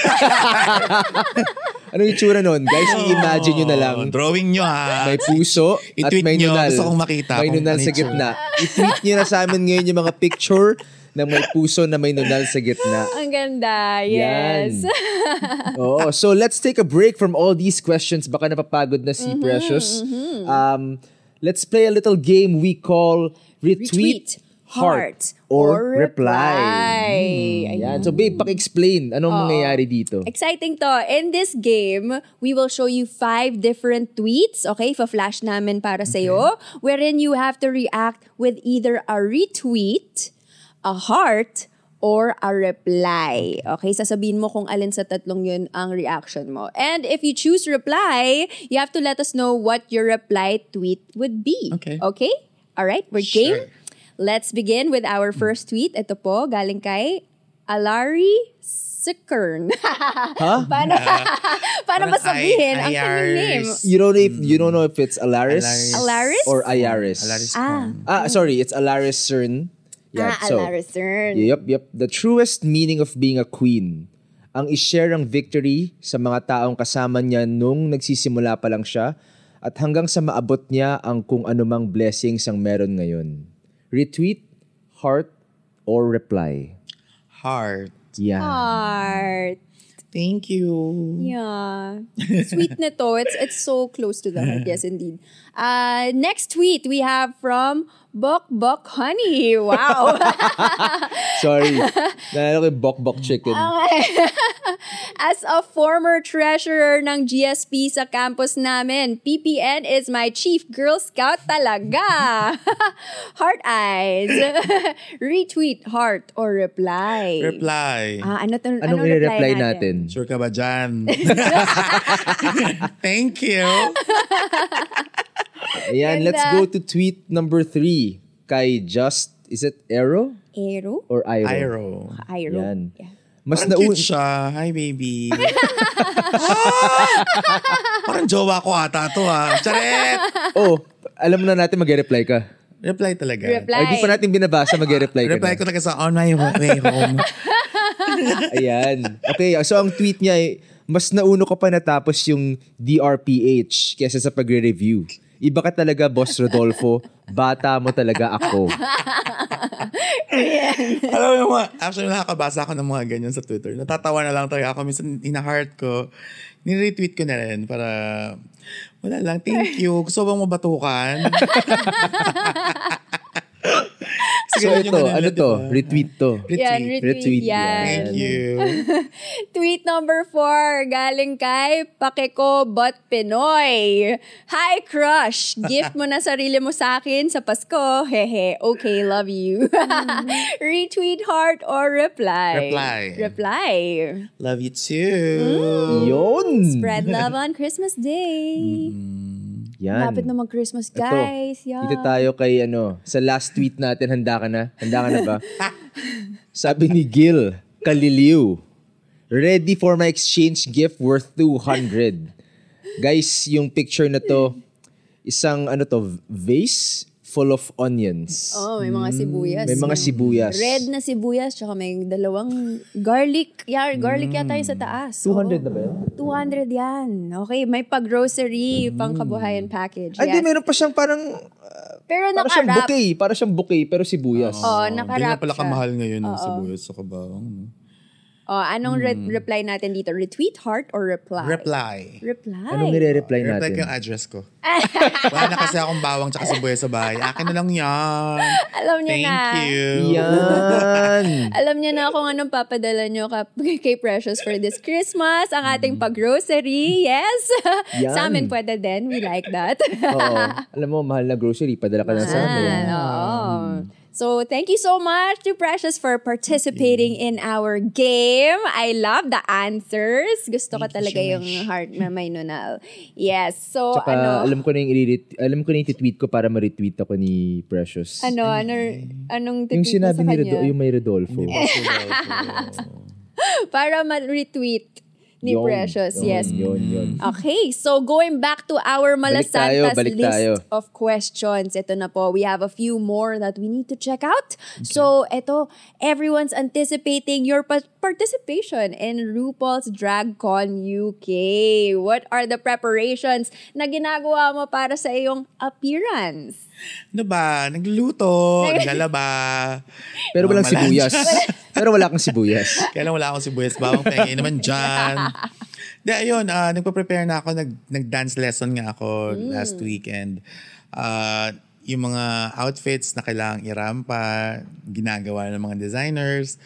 [SPEAKER 3] Ano yung tsura nun? Guys, i-imagine nyo na lang.
[SPEAKER 4] Oh, Drawing nyo ha.
[SPEAKER 3] May puso at
[SPEAKER 4] I-tweet
[SPEAKER 3] may
[SPEAKER 4] nyo.
[SPEAKER 3] nunal.
[SPEAKER 4] Gusto kong makita
[SPEAKER 3] May
[SPEAKER 4] kung
[SPEAKER 3] nunal
[SPEAKER 4] ano
[SPEAKER 3] sa
[SPEAKER 4] yung
[SPEAKER 3] gitna. I-tweet nyo na sa amin ngayon yung mga picture na may puso na may nunal sa gitna.
[SPEAKER 1] Ang ganda. Yes. *laughs*
[SPEAKER 3] Yan. Oo. So, let's take a break from all these questions. Baka napapagod na si Precious. Um, let's play a little game we call Retweet, Heart, or, Hmm. Reply.
[SPEAKER 1] Ayan.
[SPEAKER 3] Yan. So, babe, paki-explain. Anong mangyayari dito?
[SPEAKER 1] Exciting to. In this game, we will show you five different tweets, okay? Fa-flash namin para sa'yo. Wherein you have to react with either a retweet, a heart, or a reply. Okay, sasabihin mo kung alin sa tatlong yun ang reaction mo. And if you choose reply, you have to let us know what your reply tweet would be.
[SPEAKER 4] Okay.
[SPEAKER 1] Okay? Alright, we're game.
[SPEAKER 4] Sure.
[SPEAKER 1] Let's begin with our first tweet. Ito po, galing kay Alari Sikern.
[SPEAKER 3] Huh?
[SPEAKER 1] Paano, *laughs* paano
[SPEAKER 4] Parang
[SPEAKER 1] masabihin
[SPEAKER 4] I-
[SPEAKER 1] ang kanyang name?
[SPEAKER 4] Ayaris.
[SPEAKER 3] You don't, know if, you don't know if it's Alaris,
[SPEAKER 1] Alaris?
[SPEAKER 3] or Ayaris.
[SPEAKER 4] Alaris.
[SPEAKER 1] Ah,
[SPEAKER 3] Ah, sorry. It's Alaris Cern. Yeah,
[SPEAKER 1] ah
[SPEAKER 3] so-
[SPEAKER 1] Alari Sikern.
[SPEAKER 3] Yep, yep. The truest meaning of being a queen. Ang ishare ang victory sa mga taong kasama niya nung nagsisimula pa lang siya at hanggang sa maabot niya ang kung anumang blessings ang meron ngayon. Retweet, heart, or reply.
[SPEAKER 4] Heart.
[SPEAKER 1] Ah.
[SPEAKER 3] Yeah.
[SPEAKER 1] Heart.
[SPEAKER 4] Thank you.
[SPEAKER 1] Yeah. Sweet na to. It's, it's so close to the heart. Yes, indeed. Uh, next tweet we have from Bok Bok Honey. Wow.
[SPEAKER 3] Sorry. Nalala ko yung bok-bok chicken.
[SPEAKER 1] As a former treasurer ng GSP sa campus namin, PPN is my chief Girl Scout talaga. *laughs* heart eyes. *laughs* Retweet, heart, or reply.
[SPEAKER 4] Reply.
[SPEAKER 1] Ah, ano to,
[SPEAKER 3] Anong i-reply natin?
[SPEAKER 4] Sure ka
[SPEAKER 1] *laughs*
[SPEAKER 4] ba dyan? *laughs* Thank you.
[SPEAKER 3] Ayan, let's
[SPEAKER 1] Ganda.
[SPEAKER 3] go to tweet number three. Kay Just, is it Aero
[SPEAKER 1] Aero?
[SPEAKER 3] or Iro?
[SPEAKER 4] Airo.
[SPEAKER 1] Aero. *laughs*
[SPEAKER 3] Yan.
[SPEAKER 1] Yeah.
[SPEAKER 3] Mas
[SPEAKER 4] Parang
[SPEAKER 3] naun...
[SPEAKER 4] cute siya. Hi,
[SPEAKER 1] *laughs*
[SPEAKER 4] baby. Ah! Parang jowa ko ata to ha. Charet!
[SPEAKER 3] Oh, alam na natin mag-reply ka.
[SPEAKER 4] Reply talaga.
[SPEAKER 1] Reply.
[SPEAKER 3] Ay, di pa natin binabasa, mag-reply ka
[SPEAKER 4] Reply
[SPEAKER 3] na.
[SPEAKER 4] ko talaga sa eh, on my way home.
[SPEAKER 3] Ayan. Okay, so ang tweet niya ay, mas nauno ka pa natapos yung DRPH kesa sa pagre-review. Iba ka talaga, Boss Rodolfo. Bata mo talaga ako.
[SPEAKER 4] Alam mo yung mga, actually nakakabasa ako ng mga ganyan sa Twitter. Natatawa na lang talaga ako. Minsan ina-heart ko. Niretweet ko na rin para wala lang. Thank you. Gusto bang mabatukan? Kasi
[SPEAKER 3] So
[SPEAKER 4] ganun yung
[SPEAKER 3] ito,
[SPEAKER 4] ganun
[SPEAKER 3] ano
[SPEAKER 4] na,
[SPEAKER 3] to?
[SPEAKER 4] diba?
[SPEAKER 3] Retweet to.
[SPEAKER 4] Retweet.
[SPEAKER 1] Yan, retweet.
[SPEAKER 3] Retweet,
[SPEAKER 1] yan.
[SPEAKER 4] Thank you.
[SPEAKER 1] Tweet number four, galing kay Pakeko Bot Pinoy. Hi, crush! Gift mo na sarili mo sa akin sa Pasko. Hehe, okay, love you. *laughs* Retweet heart or reply?
[SPEAKER 4] Reply.
[SPEAKER 1] Reply.
[SPEAKER 4] Love you too.
[SPEAKER 3] Yun!
[SPEAKER 1] Spread love on Christmas Day.
[SPEAKER 3] Yan.
[SPEAKER 1] Lapit na mag-Christmas,
[SPEAKER 3] Mm. Ito,
[SPEAKER 1] guys. Yeah.
[SPEAKER 3] Dito tayo kay ano, sa last tweet natin, handa ka na? Handa ka na
[SPEAKER 1] *laughs*
[SPEAKER 3] ba? Sabi ni Gil, Kaliliw, ready for my exchange gift worth 200. Guys, yung picture na to, isang ano to, vase full of onions.
[SPEAKER 1] Oh, may mga sibuyas.
[SPEAKER 3] Mm. May mga sibuyas.
[SPEAKER 1] Red na sibuyas, tsaka may dalawang garlic. Yeah, garlic yata yung sa taas.
[SPEAKER 3] 200
[SPEAKER 1] Oo.
[SPEAKER 3] na ba yun?
[SPEAKER 1] 200 yan. Okay, may pag-grocery, pang-kabuhayan package.
[SPEAKER 3] Ay,
[SPEAKER 1] Yes.
[SPEAKER 3] di, meron pa siyang parang,
[SPEAKER 1] Pero
[SPEAKER 3] parang siyang
[SPEAKER 1] nakarap.
[SPEAKER 3] bouquet. Parang siyang bouquet, pero sibuyas.
[SPEAKER 1] Oh,
[SPEAKER 4] Hindi na
[SPEAKER 1] nakarap
[SPEAKER 4] pala
[SPEAKER 1] siya.
[SPEAKER 4] kamahal ngayon ang sibuyas sa kabawang.
[SPEAKER 1] Oh, anong re- reply natin dito? Retweet, heart, or reply?
[SPEAKER 4] Reply.
[SPEAKER 1] Reply.
[SPEAKER 3] Anong nire-reply
[SPEAKER 4] Reply ko
[SPEAKER 3] natin?
[SPEAKER 4] yung address ko. Wala na kasi akong bawang tsaka sibuyas sa bahay. Akin na lang yan.
[SPEAKER 1] Alam niya
[SPEAKER 4] Thank
[SPEAKER 1] na.
[SPEAKER 4] you.
[SPEAKER 3] Yan!
[SPEAKER 1] Alam niya na kung anong papadala niyo ka, *laughs* kay Precious for this Christmas. Ang ating pag-grocery. Yes. *laughs*
[SPEAKER 3] Yan.
[SPEAKER 1] sa amin pwede din. We like that. *laughs*
[SPEAKER 3] Oo. Alam mo, mahal na grocery. Padala ka na sa amin.
[SPEAKER 1] Yan, Ah, oo. So, thank you so much to Precious for participating in our game. I love the answers. Gusto ko talaga yung heart na may nunal. Yes. So,
[SPEAKER 3] Tsaka,
[SPEAKER 1] ano?
[SPEAKER 3] alam ko na yung i-retweet, alam ko na yung tweet ko para ma-retweet ako ni Precious.
[SPEAKER 1] ano, ano, anong
[SPEAKER 3] Yung
[SPEAKER 1] titigil
[SPEAKER 3] sinabi
[SPEAKER 1] sa
[SPEAKER 3] ni
[SPEAKER 1] kanya?
[SPEAKER 3] Rodolfo, yung may Rodolfo.
[SPEAKER 1] Para ma-retweet ni
[SPEAKER 3] Yun,
[SPEAKER 1] Precious.
[SPEAKER 3] yun,
[SPEAKER 1] yes. Mm.
[SPEAKER 3] Yun, yun.
[SPEAKER 1] Okay, so going back to our
[SPEAKER 3] Balik tayo,
[SPEAKER 1] Malasantas
[SPEAKER 3] balik
[SPEAKER 1] list
[SPEAKER 3] tayo.
[SPEAKER 1] of questions. Ito na po, we have a few more that we need to check out. So, ito, everyone's anticipating your pa- participation in RuPaul's Drag Con UK. What are the preparations na ginagawa mo para sa iyong appearance?
[SPEAKER 4] Ano ba? Nagluluto, naglalaba.
[SPEAKER 3] Pero walang
[SPEAKER 1] *laughs*
[SPEAKER 4] Mga
[SPEAKER 3] sibuyas.
[SPEAKER 4] malansya.
[SPEAKER 3] Pero wala kang sibuyas.
[SPEAKER 4] Kaya lang wala akong sibuyas. Bawang pengi naman dyan. Di, ayun, ah, nagpa-prepare na ako. Nag, nag-dance lesson nga ako last weekend. Ah, yung mga outfits na kailangang irampa, ginagawa ng mga designers.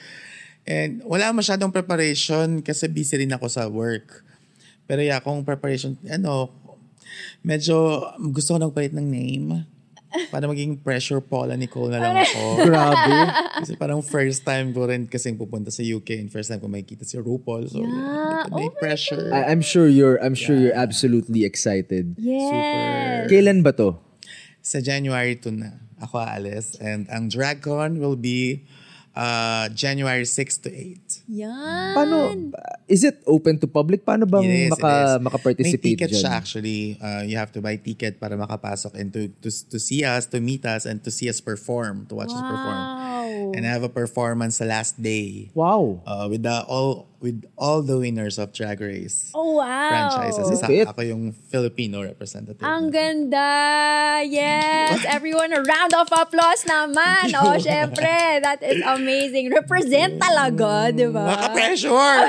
[SPEAKER 4] And wala masyadong preparation kasi busy rin ako sa work. Pero yeah, kung preparation, ano, medyo gusto ko nang palit ng name. Para maging pressure Paula Nicole na lang ako.
[SPEAKER 3] Grabe.
[SPEAKER 4] Kasi parang first time ko rin kasing pupunta sa UK and first time ko makikita si RuPaul. So,
[SPEAKER 1] Yeah. Oh
[SPEAKER 4] may pressure.
[SPEAKER 3] I- I'm sure you're, I'm sure you're absolutely excited.
[SPEAKER 1] Yes.
[SPEAKER 3] Kailan ba to?
[SPEAKER 4] Sa January 2 na ako aalis. And ang DragCon will be uh, January 6 to 8.
[SPEAKER 1] Yan.
[SPEAKER 3] Paano, is it open to public? Paano bang
[SPEAKER 4] Yes,
[SPEAKER 3] maka,
[SPEAKER 4] it is. May
[SPEAKER 3] makaparticipate
[SPEAKER 4] ticket
[SPEAKER 3] dyan?
[SPEAKER 4] siya actually. Uh, you have to buy ticket para makapasok and to, to, to see us, to meet us, and to see us perform, to watch us perform.
[SPEAKER 1] Wow.
[SPEAKER 4] And I have a performance the last day
[SPEAKER 3] Wow.
[SPEAKER 4] uh, with the all with all the winners of Drag Race.
[SPEAKER 1] Oh, wow.
[SPEAKER 4] franchises. Isa,
[SPEAKER 3] Lupit.
[SPEAKER 4] ako yung Filipino representative.
[SPEAKER 1] Ang ganda!
[SPEAKER 4] *laughs*
[SPEAKER 1] Yes! Everyone, a round of applause naman! O, syempre, that
[SPEAKER 4] *laughs*
[SPEAKER 1] is amazing. Represent talaga, di ba?
[SPEAKER 4] Maka-pressure!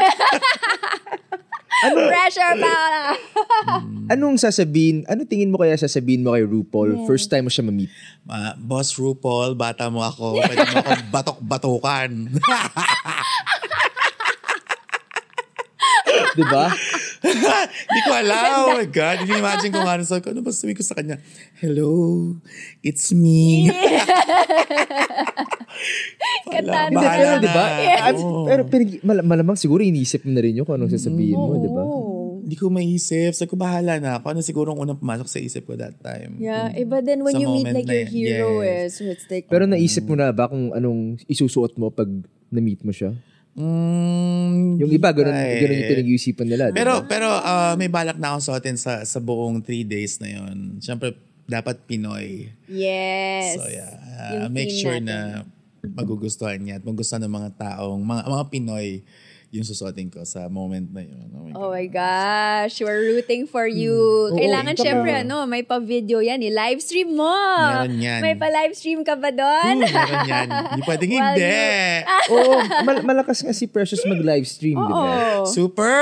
[SPEAKER 1] Pressure pa!
[SPEAKER 3] Anong sasabihin, ano tingin mo kaya sasabihin mo kay RuPaul first time mo siya ma-meet?
[SPEAKER 4] Ma, Boss RuPaul, bata mo ako. Pwede mo akong batok-batukan.
[SPEAKER 1] *laughs*
[SPEAKER 4] *laughs*
[SPEAKER 3] Diba?
[SPEAKER 4] Hindi ko alam. Oh my God. Hindi imagine ko nga. Sabi ko, ano ba sabi ko sa kanya? Hello,
[SPEAKER 1] *laughs*
[SPEAKER 4] it's me. Wala,
[SPEAKER 1] Katanda. diba?
[SPEAKER 3] Pero
[SPEAKER 4] bahala na. Oh.
[SPEAKER 3] di ba? Eh, I'm-
[SPEAKER 4] Oo.
[SPEAKER 3] Pero, pero mal- malamang siguro inisip mo na rin yun kung anong sasabihin mo, di ba?
[SPEAKER 1] Oh.
[SPEAKER 4] Hindi ko maisip. Sabi ko, bahala na ako. Ano siguro ang unang pumasok sa isip ko that time?
[SPEAKER 1] Yeah, iba din when
[SPEAKER 4] Sa
[SPEAKER 1] you meet
[SPEAKER 4] moment
[SPEAKER 1] like
[SPEAKER 4] na
[SPEAKER 1] your
[SPEAKER 4] yun.
[SPEAKER 1] hero eh.
[SPEAKER 4] Yes.
[SPEAKER 1] So it's like,
[SPEAKER 3] Pero naisip mo na ba kung anong isusuot mo pag na-meet mo siya?
[SPEAKER 4] Mm,
[SPEAKER 3] Yung iba, ganun,
[SPEAKER 4] eh.
[SPEAKER 3] ganun yung pinag-iisipan nila. di
[SPEAKER 4] Pero
[SPEAKER 3] ba?
[SPEAKER 4] pero ah, may balak na akong suotin sa sa buong three days na yon. Siyempre dapat Pinoy.
[SPEAKER 1] yes.
[SPEAKER 4] So yeah, ah,
[SPEAKER 1] Yung
[SPEAKER 4] make
[SPEAKER 1] theme
[SPEAKER 4] sure
[SPEAKER 1] natin.
[SPEAKER 4] na magugustuhan niya at magustuhan ng mga taong mga mga Pinoy yung susuotin ko sa moment na yun. Oh my
[SPEAKER 1] Oh
[SPEAKER 4] God.
[SPEAKER 1] my gosh, we're rooting
[SPEAKER 4] Hmm.
[SPEAKER 1] for you. Kailangan
[SPEAKER 3] ikaw ba?
[SPEAKER 1] syempre ano, may pa-video yan eh. Live stream mo!
[SPEAKER 4] Meron yan. Hmm.
[SPEAKER 1] May pa-live stream ka ba doon?
[SPEAKER 4] Ooh,
[SPEAKER 1] *laughs*
[SPEAKER 4] meron yan. Hindi pwedeng
[SPEAKER 1] Well,
[SPEAKER 4] hindi.
[SPEAKER 3] Oo, mal- malakas nga si Precious mag-livestream, di ba?
[SPEAKER 1] Oo.
[SPEAKER 4] Super!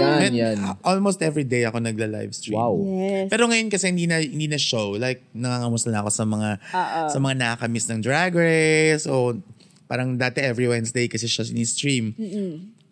[SPEAKER 3] Yan,
[SPEAKER 4] And,
[SPEAKER 3] yan.
[SPEAKER 4] ah, Almost every day ako nagla-live stream.
[SPEAKER 3] Wow.
[SPEAKER 1] Yes.
[SPEAKER 4] Pero ngayon kasi hindi na hindi na show. Like nangangamusta na ako sa mga sa mga nakakamiss ng Drag Race o parang dati every Wednesday kasi siya ni-stream.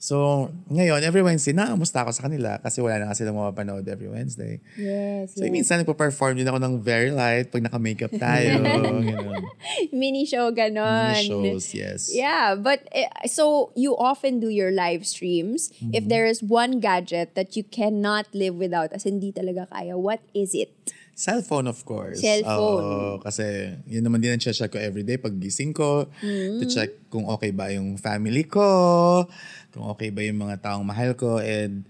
[SPEAKER 4] So, ngayon, every Wednesday, nakamusta ako sa kanila kasi wala na kasi silang mapapanood every Wednesday.
[SPEAKER 1] Yes,
[SPEAKER 4] So,
[SPEAKER 1] yes.
[SPEAKER 4] minsan nagpa-perform din ako ng very light pag naka-makeup
[SPEAKER 1] *laughs*
[SPEAKER 4] tayo. ganun.
[SPEAKER 1] mini show ganon.
[SPEAKER 4] Mini shows, yes.
[SPEAKER 1] Yeah, but eh, so you often do your live streams. If
[SPEAKER 4] Mm-hmm.
[SPEAKER 1] there is one gadget that you cannot live without, as in di talaga kaya, what is it?
[SPEAKER 4] Cellphone, of course.
[SPEAKER 1] Cellphone.
[SPEAKER 4] Oo, kasi yun naman din ang check ko everyday pag gising ko. To check kung okay ba yung family ko, kung okay ba yung mga taong mahal ko, and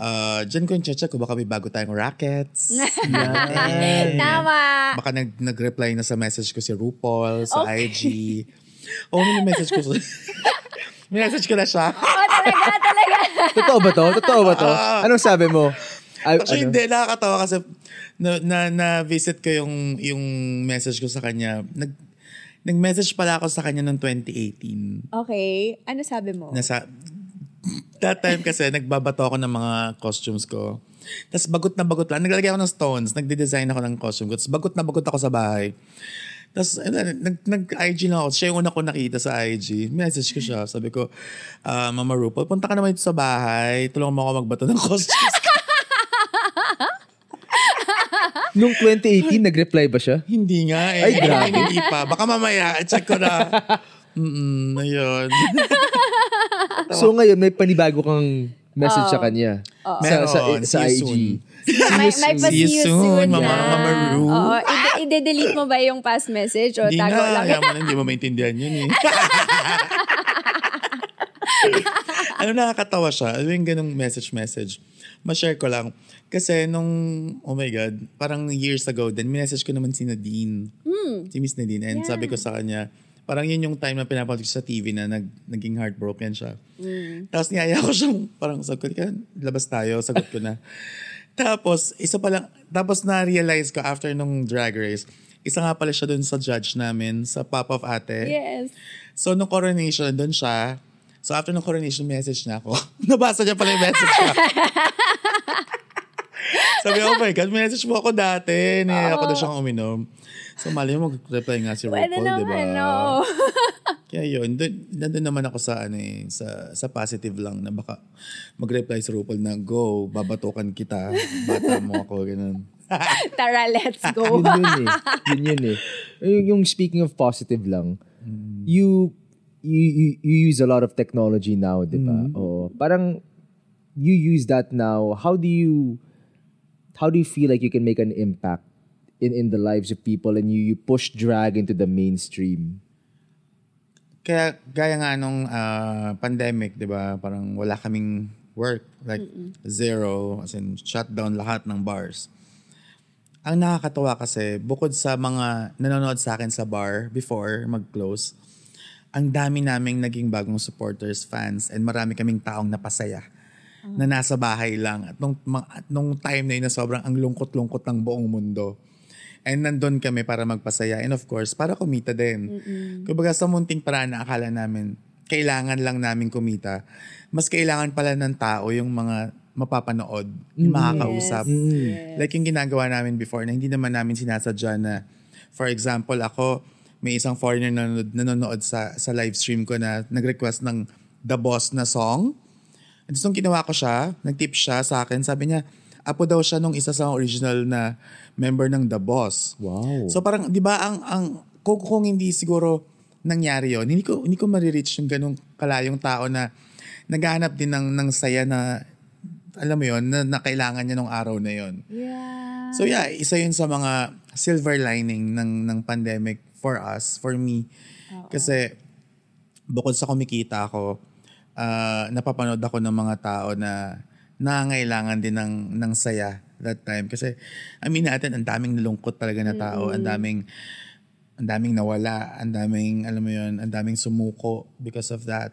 [SPEAKER 4] uh, dyan ko yung check ko, baka may bago tayong rackets. Ganyan.
[SPEAKER 1] Tama.
[SPEAKER 4] Baka nag- nag-reply na sa message ko si RuPaul sa IG. Oo, may message ko. sa- *laughs* may message ko na siya.
[SPEAKER 1] Oh, talaga, talaga.
[SPEAKER 3] Totoo ba to? Totoo ba to? Anong sabi mo? Ay, ano?
[SPEAKER 4] Actually, hindi. Nakakatawa kasi na, na, na-visit ko yung, yung message ko sa kanya. Nag, nag-message pala ako sa kanya noong 2018.
[SPEAKER 1] Okay, ano sabi mo?
[SPEAKER 4] Nasa, that time kasi, nagbabato ako ng mga costumes ko. Tapos bagot na bagot lang. Naglalagay ako ng stones. Nagde-design ako ng costume ko. Tapos bagot na bagot ako sa bahay. Tapos ano, nag- nag-IG lang ako. Siya yung una ko nakita sa IG. Message ko siya. Sabi ko, ah, Mama Rupa, punta ka naman dito sa bahay. Tulungan mo ako magbato ng *laughs* costumes ko.
[SPEAKER 3] Nung 2018, nag-reply ba siya?
[SPEAKER 4] Hindi nga eh.
[SPEAKER 3] Ay, grabe.
[SPEAKER 4] Hindi pa. Baka mamaya, check ko na. Mm-mm, ayun.
[SPEAKER 1] *laughs*
[SPEAKER 3] So ngayon, may panibago kang message sa kanya. Sa, sa,
[SPEAKER 4] Meron.
[SPEAKER 3] sa
[SPEAKER 4] See you soon.
[SPEAKER 3] IG.
[SPEAKER 1] may, may
[SPEAKER 4] soon.
[SPEAKER 1] pa
[SPEAKER 4] See you soon, Mama-
[SPEAKER 1] na.
[SPEAKER 4] Mama Ru.
[SPEAKER 1] Oo, ide- ide-delete mo ba yung past message o
[SPEAKER 4] Hindi
[SPEAKER 1] tago
[SPEAKER 4] nga.
[SPEAKER 1] lang?
[SPEAKER 4] Ayaw mo na, hindi mo maintindihan
[SPEAKER 1] *laughs*
[SPEAKER 4] yun eh. ano nakakatawa siya? Ano yung ganong message-message? Ma-share ko lang. Kasi nung, oh my God, parang years ago din, minessage ko naman si Nadine.
[SPEAKER 1] Hmm.
[SPEAKER 4] Si Miss Nadine. And sabi ko sa kanya, parang yun yung time na pinapanood ko sa TV na nag, naging heartbroken siya.
[SPEAKER 1] Hmm.
[SPEAKER 4] Tapos niyaya ko siyang, parang sagot ko, labas tayo, sagot ko na. tapos, isa pa lang, tapos na-realize ko after nung drag race, isa nga pala siya dun sa judge namin, sa pop of ate.
[SPEAKER 1] Yes.
[SPEAKER 4] So, nung coronation, doon siya. So, after nung coronation, message niya ako. *laughs* Nabasa niya pala yung message
[SPEAKER 1] *laughs*
[SPEAKER 4] ko. Sabi, oh my God, message mo ako dati. Niyaya ako daw siyang uminom. So, mali mo, mag-reply nga si
[SPEAKER 1] Pwede
[SPEAKER 4] RuPaul, di ba?
[SPEAKER 1] naman, no.
[SPEAKER 4] Kaya yun, dun, nandun naman ako sa, ano eh, sa, sa positive lang na baka mag-reply si RuPaul na, go, babatukan kita, bata mo ako, ganun.
[SPEAKER 1] *laughs* Tara, let's go.
[SPEAKER 4] *laughs*
[SPEAKER 3] yun yun eh. Yun yun eh. Yung, yung speaking of positive lang, you, you, you, you use a lot of technology now, di ba? Oo. Parang, you use that now. How do you, how do you feel like you can make an impact in, in the lives of people and you, you push drag into the mainstream?
[SPEAKER 4] Kaya gaya nga nung ah, pandemic, 'di ba? Parang wala kaming work, like zero as in shutdown lahat ng bars. Ang nakakatuwa kasi bukod sa mga nanonood sa akin sa bar before mag-close, ang dami naming naging bagong supporters, fans, and marami kaming taong napasaya na nasa bahay lang. At nung, ma- at nung time na yun na sobrang ang lungkot-lungkot ng buong mundo. And nandun kami para magpasaya. And of course, para kumita din. Kumbaga sa munting paraan na akala namin, kailangan lang namin kumita. Mas kailangan pala ng tao yung mga mapapanood, yung makakausap. Like yung ginagawa namin before na hindi naman namin sinasadya na, for example, ako, may isang foreigner na nanonood, nanonood sa, sa live stream ko na nag-request ng The Boss na song. And so, nung ginawa ko siya, nag-tip siya sa akin, sabi niya, apo daw siya nung isa sa original na member ng The Boss.
[SPEAKER 3] Wow.
[SPEAKER 4] So parang, di ba, ang, ang, kung, kung hindi siguro nangyari yon hindi ko, hindi ko marireach yung ganong kalayong tao na naghahanap din ng, ng saya na, alam mo yon na, na kailangan niya nung araw na yon
[SPEAKER 1] yeah.
[SPEAKER 4] So yeah, isa yun sa mga silver lining ng ng pandemic for us, for me. Kasi bukod sa kumikita ako, ah, napapanood ako ng mga tao na nangailangan din ng ng saya that time kasi I mean natin ang daming nalungkot talaga na tao, ang daming ang daming nawala, ang daming alam mo yun, ang daming sumuko because of that.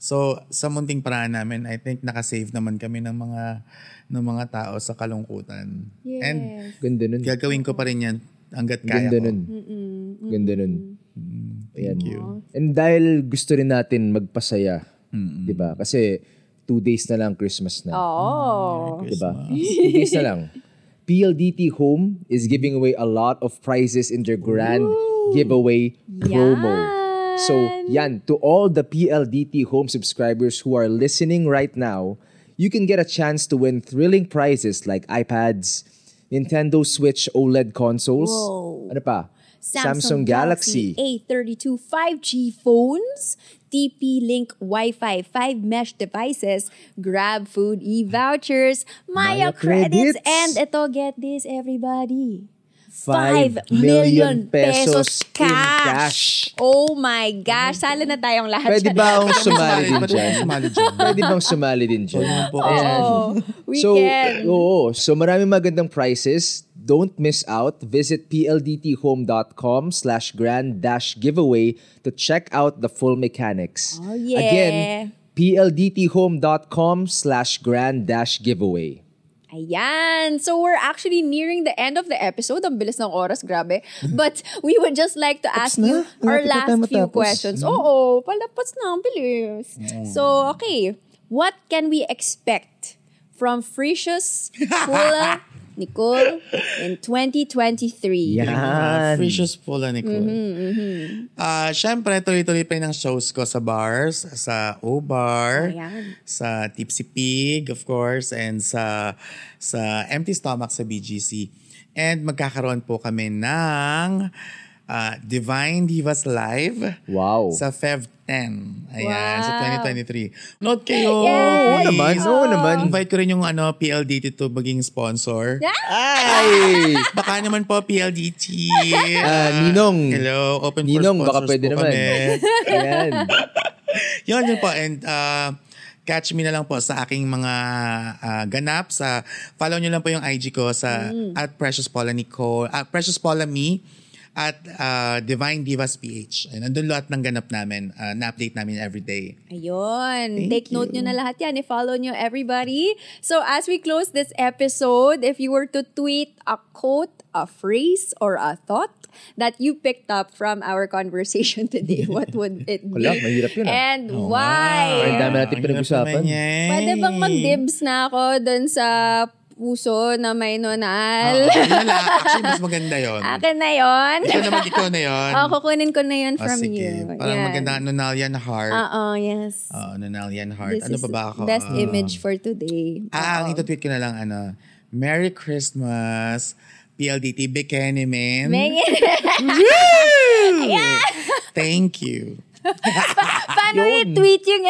[SPEAKER 4] So, sa munting paraan namin, I think nakasave naman kami ng mga ng mga tao sa kalungkutan.
[SPEAKER 1] Yes.
[SPEAKER 4] And
[SPEAKER 3] Ganda nun.
[SPEAKER 4] gagawin ko pa rin yan hanggat kaya
[SPEAKER 3] Ganda
[SPEAKER 4] ko.
[SPEAKER 3] nun. Ganda nun.
[SPEAKER 4] Thank you.
[SPEAKER 3] And dahil gusto rin natin magpasaya, 'di ba? Kasi two days na lang Christmas na,
[SPEAKER 1] Oh.
[SPEAKER 3] 'di ba? two days na lang. PLDT Home is giving away a lot of prizes in their grand giveaway promo. So, yan, to all the PLDT Home subscribers who are listening right now, you can get a chance to win thrilling prizes like iPads, Nintendo Switch OLED consoles,
[SPEAKER 1] Whoa.
[SPEAKER 3] ano pa?
[SPEAKER 1] Samsung, Galaxy A32 5G phones, TP-Link Wi-Fi 5 mesh devices, Grab Food e-vouchers, Maya,
[SPEAKER 3] Maya
[SPEAKER 1] credits,
[SPEAKER 3] credits.
[SPEAKER 1] and ito, get this everybody. 5 million pesos cash. Oh my gosh. Sala na tayong lahat
[SPEAKER 3] Pwede
[SPEAKER 1] dyan.
[SPEAKER 3] ba akong sumali din
[SPEAKER 4] Pwede
[SPEAKER 3] dyan?
[SPEAKER 4] bang sumali dyan?
[SPEAKER 3] Pwede bang sumali din dyan?
[SPEAKER 4] Wala po.
[SPEAKER 1] *laughs* Oo.
[SPEAKER 3] So,
[SPEAKER 1] Weekend.
[SPEAKER 3] oo. So, maraming magandang prices. Don't miss out. Visit pldthome.com slash grand dash giveaway to check out the full mechanics.
[SPEAKER 1] Oh, yeah.
[SPEAKER 3] Again, pldthome.com slash grand dash giveaway.
[SPEAKER 1] Ayan. So we're actually nearing the end of the episode. Ang bilis ng oras, grabe. But we would just like to ask
[SPEAKER 3] Mm-hmm. na.
[SPEAKER 1] you our
[SPEAKER 3] Malapit na
[SPEAKER 1] last few
[SPEAKER 3] tayo matapos. Mm-hmm. Mm.
[SPEAKER 1] questions. Oo, palapas na. Ang bilis. So, okay. What can we expect from
[SPEAKER 3] *laughs*
[SPEAKER 1] Frisius, Kula, Nicole in 2023?
[SPEAKER 4] Yan.
[SPEAKER 3] Yan.
[SPEAKER 4] Precious Pula, Nicole.
[SPEAKER 1] Mm-hmm,
[SPEAKER 4] Ah, syempre, tuloy-tuloy pa rin ang shows ko sa bars, sa O-Bar,
[SPEAKER 1] Ayan.
[SPEAKER 4] sa Tipsy Pig, of course, and sa sa Empty Stomach sa BGC. And magkakaroon po kami ng ah, Divine Divas Live
[SPEAKER 3] Wow.
[SPEAKER 4] sa Feb 10. Ayan, sa
[SPEAKER 1] Wow.
[SPEAKER 4] 2023. Note kayo,
[SPEAKER 1] Yes!
[SPEAKER 4] please.
[SPEAKER 3] Oo Ano naman,
[SPEAKER 1] oh.
[SPEAKER 3] oo naman.
[SPEAKER 4] Invite ko rin yung ano, PLDT to maging sponsor.
[SPEAKER 3] Ay!
[SPEAKER 4] Baka naman po, PLDT.
[SPEAKER 3] *laughs* Ah, Ninong.
[SPEAKER 4] Hello, open
[SPEAKER 3] Ninong,
[SPEAKER 4] for sponsors
[SPEAKER 3] baka pwede
[SPEAKER 4] po
[SPEAKER 3] naman.
[SPEAKER 4] kami. *laughs*
[SPEAKER 3] Ayan.
[SPEAKER 4] yun, yun po. And uh, catch me na lang po sa aking mga ah, ganap. sa Follow nyo lang po yung IG ko sa
[SPEAKER 1] Mm.
[SPEAKER 4] at Precious Paula Nicole, at Precious Paula Me at ah, Divine Divas PH. And andun lahat ng ganap namin. ah, na-update namin every day.
[SPEAKER 1] Ayun. Take
[SPEAKER 4] Thank
[SPEAKER 1] note nyo
[SPEAKER 4] you.
[SPEAKER 1] na lahat yan. I-follow nyo everybody. So as we close this episode, if you were to tweet a quote, a phrase, or a thought that you picked up from our *laughs* conversation today, what would it be?
[SPEAKER 3] Wala, mahirap yun ah.
[SPEAKER 1] And
[SPEAKER 3] Ang
[SPEAKER 1] why?
[SPEAKER 3] dami natin
[SPEAKER 4] Ang hirap
[SPEAKER 3] pinag-usapan.
[SPEAKER 4] naman yan.
[SPEAKER 1] Pwede bang mag-dibs na ako dun sa puso na may
[SPEAKER 4] Oo,
[SPEAKER 1] nonal?
[SPEAKER 4] yun na lang. Actually, mas maganda yun.
[SPEAKER 1] Akin na yon.
[SPEAKER 4] Ikaw Ah. naman, ikaw na yun.
[SPEAKER 1] *laughs* Oh, kukunin ko na yun
[SPEAKER 4] Ah,
[SPEAKER 1] from
[SPEAKER 4] sige.
[SPEAKER 1] you.
[SPEAKER 4] Parang
[SPEAKER 1] Yan.
[SPEAKER 4] maganda. Nonalian Heart.
[SPEAKER 1] Oo, yes.
[SPEAKER 4] Oo, Nonalian Heart.
[SPEAKER 1] This
[SPEAKER 4] ano
[SPEAKER 1] is
[SPEAKER 4] pa ba ako?
[SPEAKER 1] best
[SPEAKER 4] Ah.
[SPEAKER 1] image for today.
[SPEAKER 4] Ah,
[SPEAKER 1] Oo.
[SPEAKER 4] ang ito-tweet ko na lang, ano, Merry Christmas, PLDT Bikenimen. *laughs* Woo! Thank you.
[SPEAKER 1] Paano i-tweet yung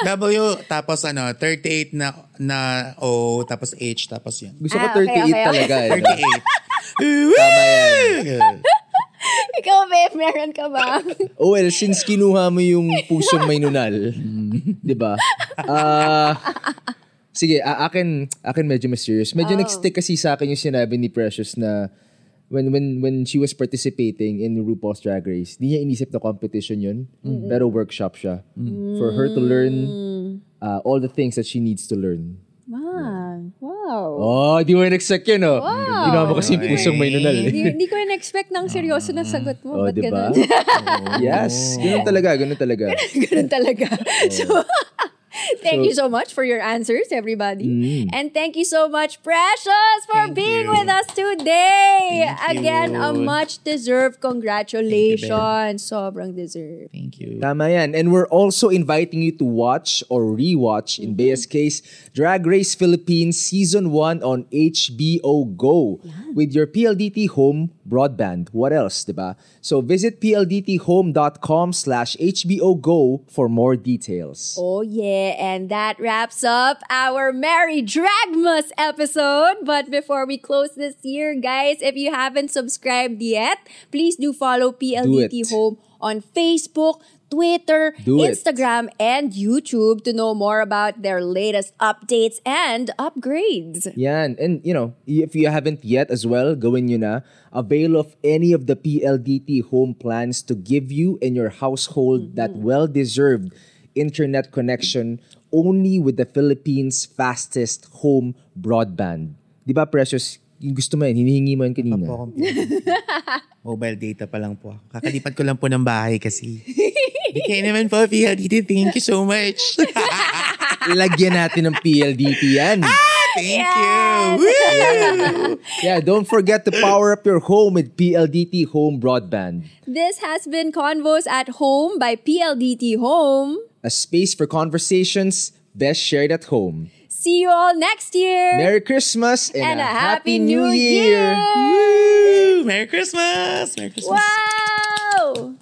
[SPEAKER 4] W, tapos ano, 38 na, na O, tapos H, tapos yun.
[SPEAKER 3] Gusto ko
[SPEAKER 1] Ah,
[SPEAKER 3] 38
[SPEAKER 1] okay, okay, okay.
[SPEAKER 3] talaga. eh.
[SPEAKER 4] 38.
[SPEAKER 3] Tama yan.
[SPEAKER 1] *laughs* Ikaw, babe, meron ka ba?
[SPEAKER 3] Oh well, since kinuha mo yung pusong may nunal, di ba? Ah, sige, a- akin, akin medyo mysterious.
[SPEAKER 1] Oh.
[SPEAKER 3] Medyo nag-stick kasi sa akin yung sinabi ni Precious na when when when she was participating in RuPaul's Drag Race, di niya inisip na competition yun, pero workshop siya.
[SPEAKER 1] Mm.
[SPEAKER 3] For her to learn uh, all the things that she needs to learn.
[SPEAKER 1] Wow. Wow.
[SPEAKER 3] Oh, di mo in-expect yun, oh.
[SPEAKER 1] Wow.
[SPEAKER 3] Ginawa mo kasi yung pusong may nunal. eh.
[SPEAKER 1] Hindi, hindi ko na-expect ng seryoso na sagot mo.
[SPEAKER 3] Oh,
[SPEAKER 1] Ba't
[SPEAKER 3] di ba?
[SPEAKER 4] diba?
[SPEAKER 1] ganun? *laughs*
[SPEAKER 3] yes, ganun talaga, ganun talaga.
[SPEAKER 1] ganun talaga.
[SPEAKER 4] Oh.
[SPEAKER 1] So, *laughs* thank you so much for your answers, everybody. And thank you so much, Precious, for
[SPEAKER 4] Mm. Thank
[SPEAKER 1] being
[SPEAKER 4] you.
[SPEAKER 1] with us today.
[SPEAKER 4] Thank you.
[SPEAKER 1] Again, a much-deserved congratulations. Sobrang deserved.
[SPEAKER 4] Thank you.
[SPEAKER 3] Tama yan. And we're also inviting you to watch or rewatch, in Bea's case, Drag Race Philippines Season 1 on HBO Go with your PLDT home broadband. What else, diba? So visit pldthome.com slash HBO Go for more details.
[SPEAKER 1] Oh yeah, and that wraps up our Merry Dragmas episode. But before we close this year, guys, if you haven't subscribed yet, please do follow PLDT
[SPEAKER 3] it.
[SPEAKER 1] Home on Facebook, Twitter,
[SPEAKER 3] Do it.
[SPEAKER 1] Instagram, and YouTube to know more about their latest updates and upgrades.
[SPEAKER 3] Yan. And, you know, if you haven't yet as well, gawin nyo na. Avail of any of the PLDT home plans to give you and your household that well-deserved internet connection only with the Philippines' fastest home broadband. Di ba, Precious? Yung gusto mo yan, hinihingi mo yan kanina. *laughs*
[SPEAKER 4] Po, *laughs* Mobile data pa lang po ako. Kakalipat ko lang po ng bahay kasi. Bikenimen po, PLDT. Thank you so much.
[SPEAKER 3] Lagyan natin ng PLDT yan.
[SPEAKER 4] Thank you. Woo!
[SPEAKER 3] Yeah, don't forget to power up your home with PLDT home broadband.
[SPEAKER 1] This has been Convos at Home by PLDT Home.
[SPEAKER 3] A space for conversations best shared at home.
[SPEAKER 1] See you all next year.
[SPEAKER 3] Merry Christmas and,
[SPEAKER 1] And
[SPEAKER 3] a,
[SPEAKER 1] a Happy
[SPEAKER 3] Happy,
[SPEAKER 1] New
[SPEAKER 3] New Year.
[SPEAKER 1] Year.
[SPEAKER 4] Woo! Merry Christmas! Merry Christmas!
[SPEAKER 1] Wow!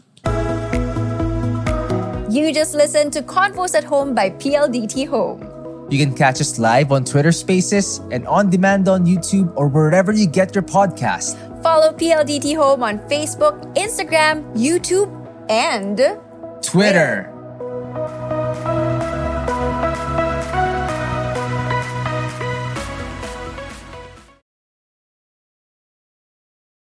[SPEAKER 1] You just listened to Convos at Home by PLDT Home.
[SPEAKER 3] You can catch us live on Twitter Spaces and on demand on YouTube or wherever you get your podcast.
[SPEAKER 1] Follow PLDT Home on Facebook, Instagram, YouTube, and
[SPEAKER 3] Twitter.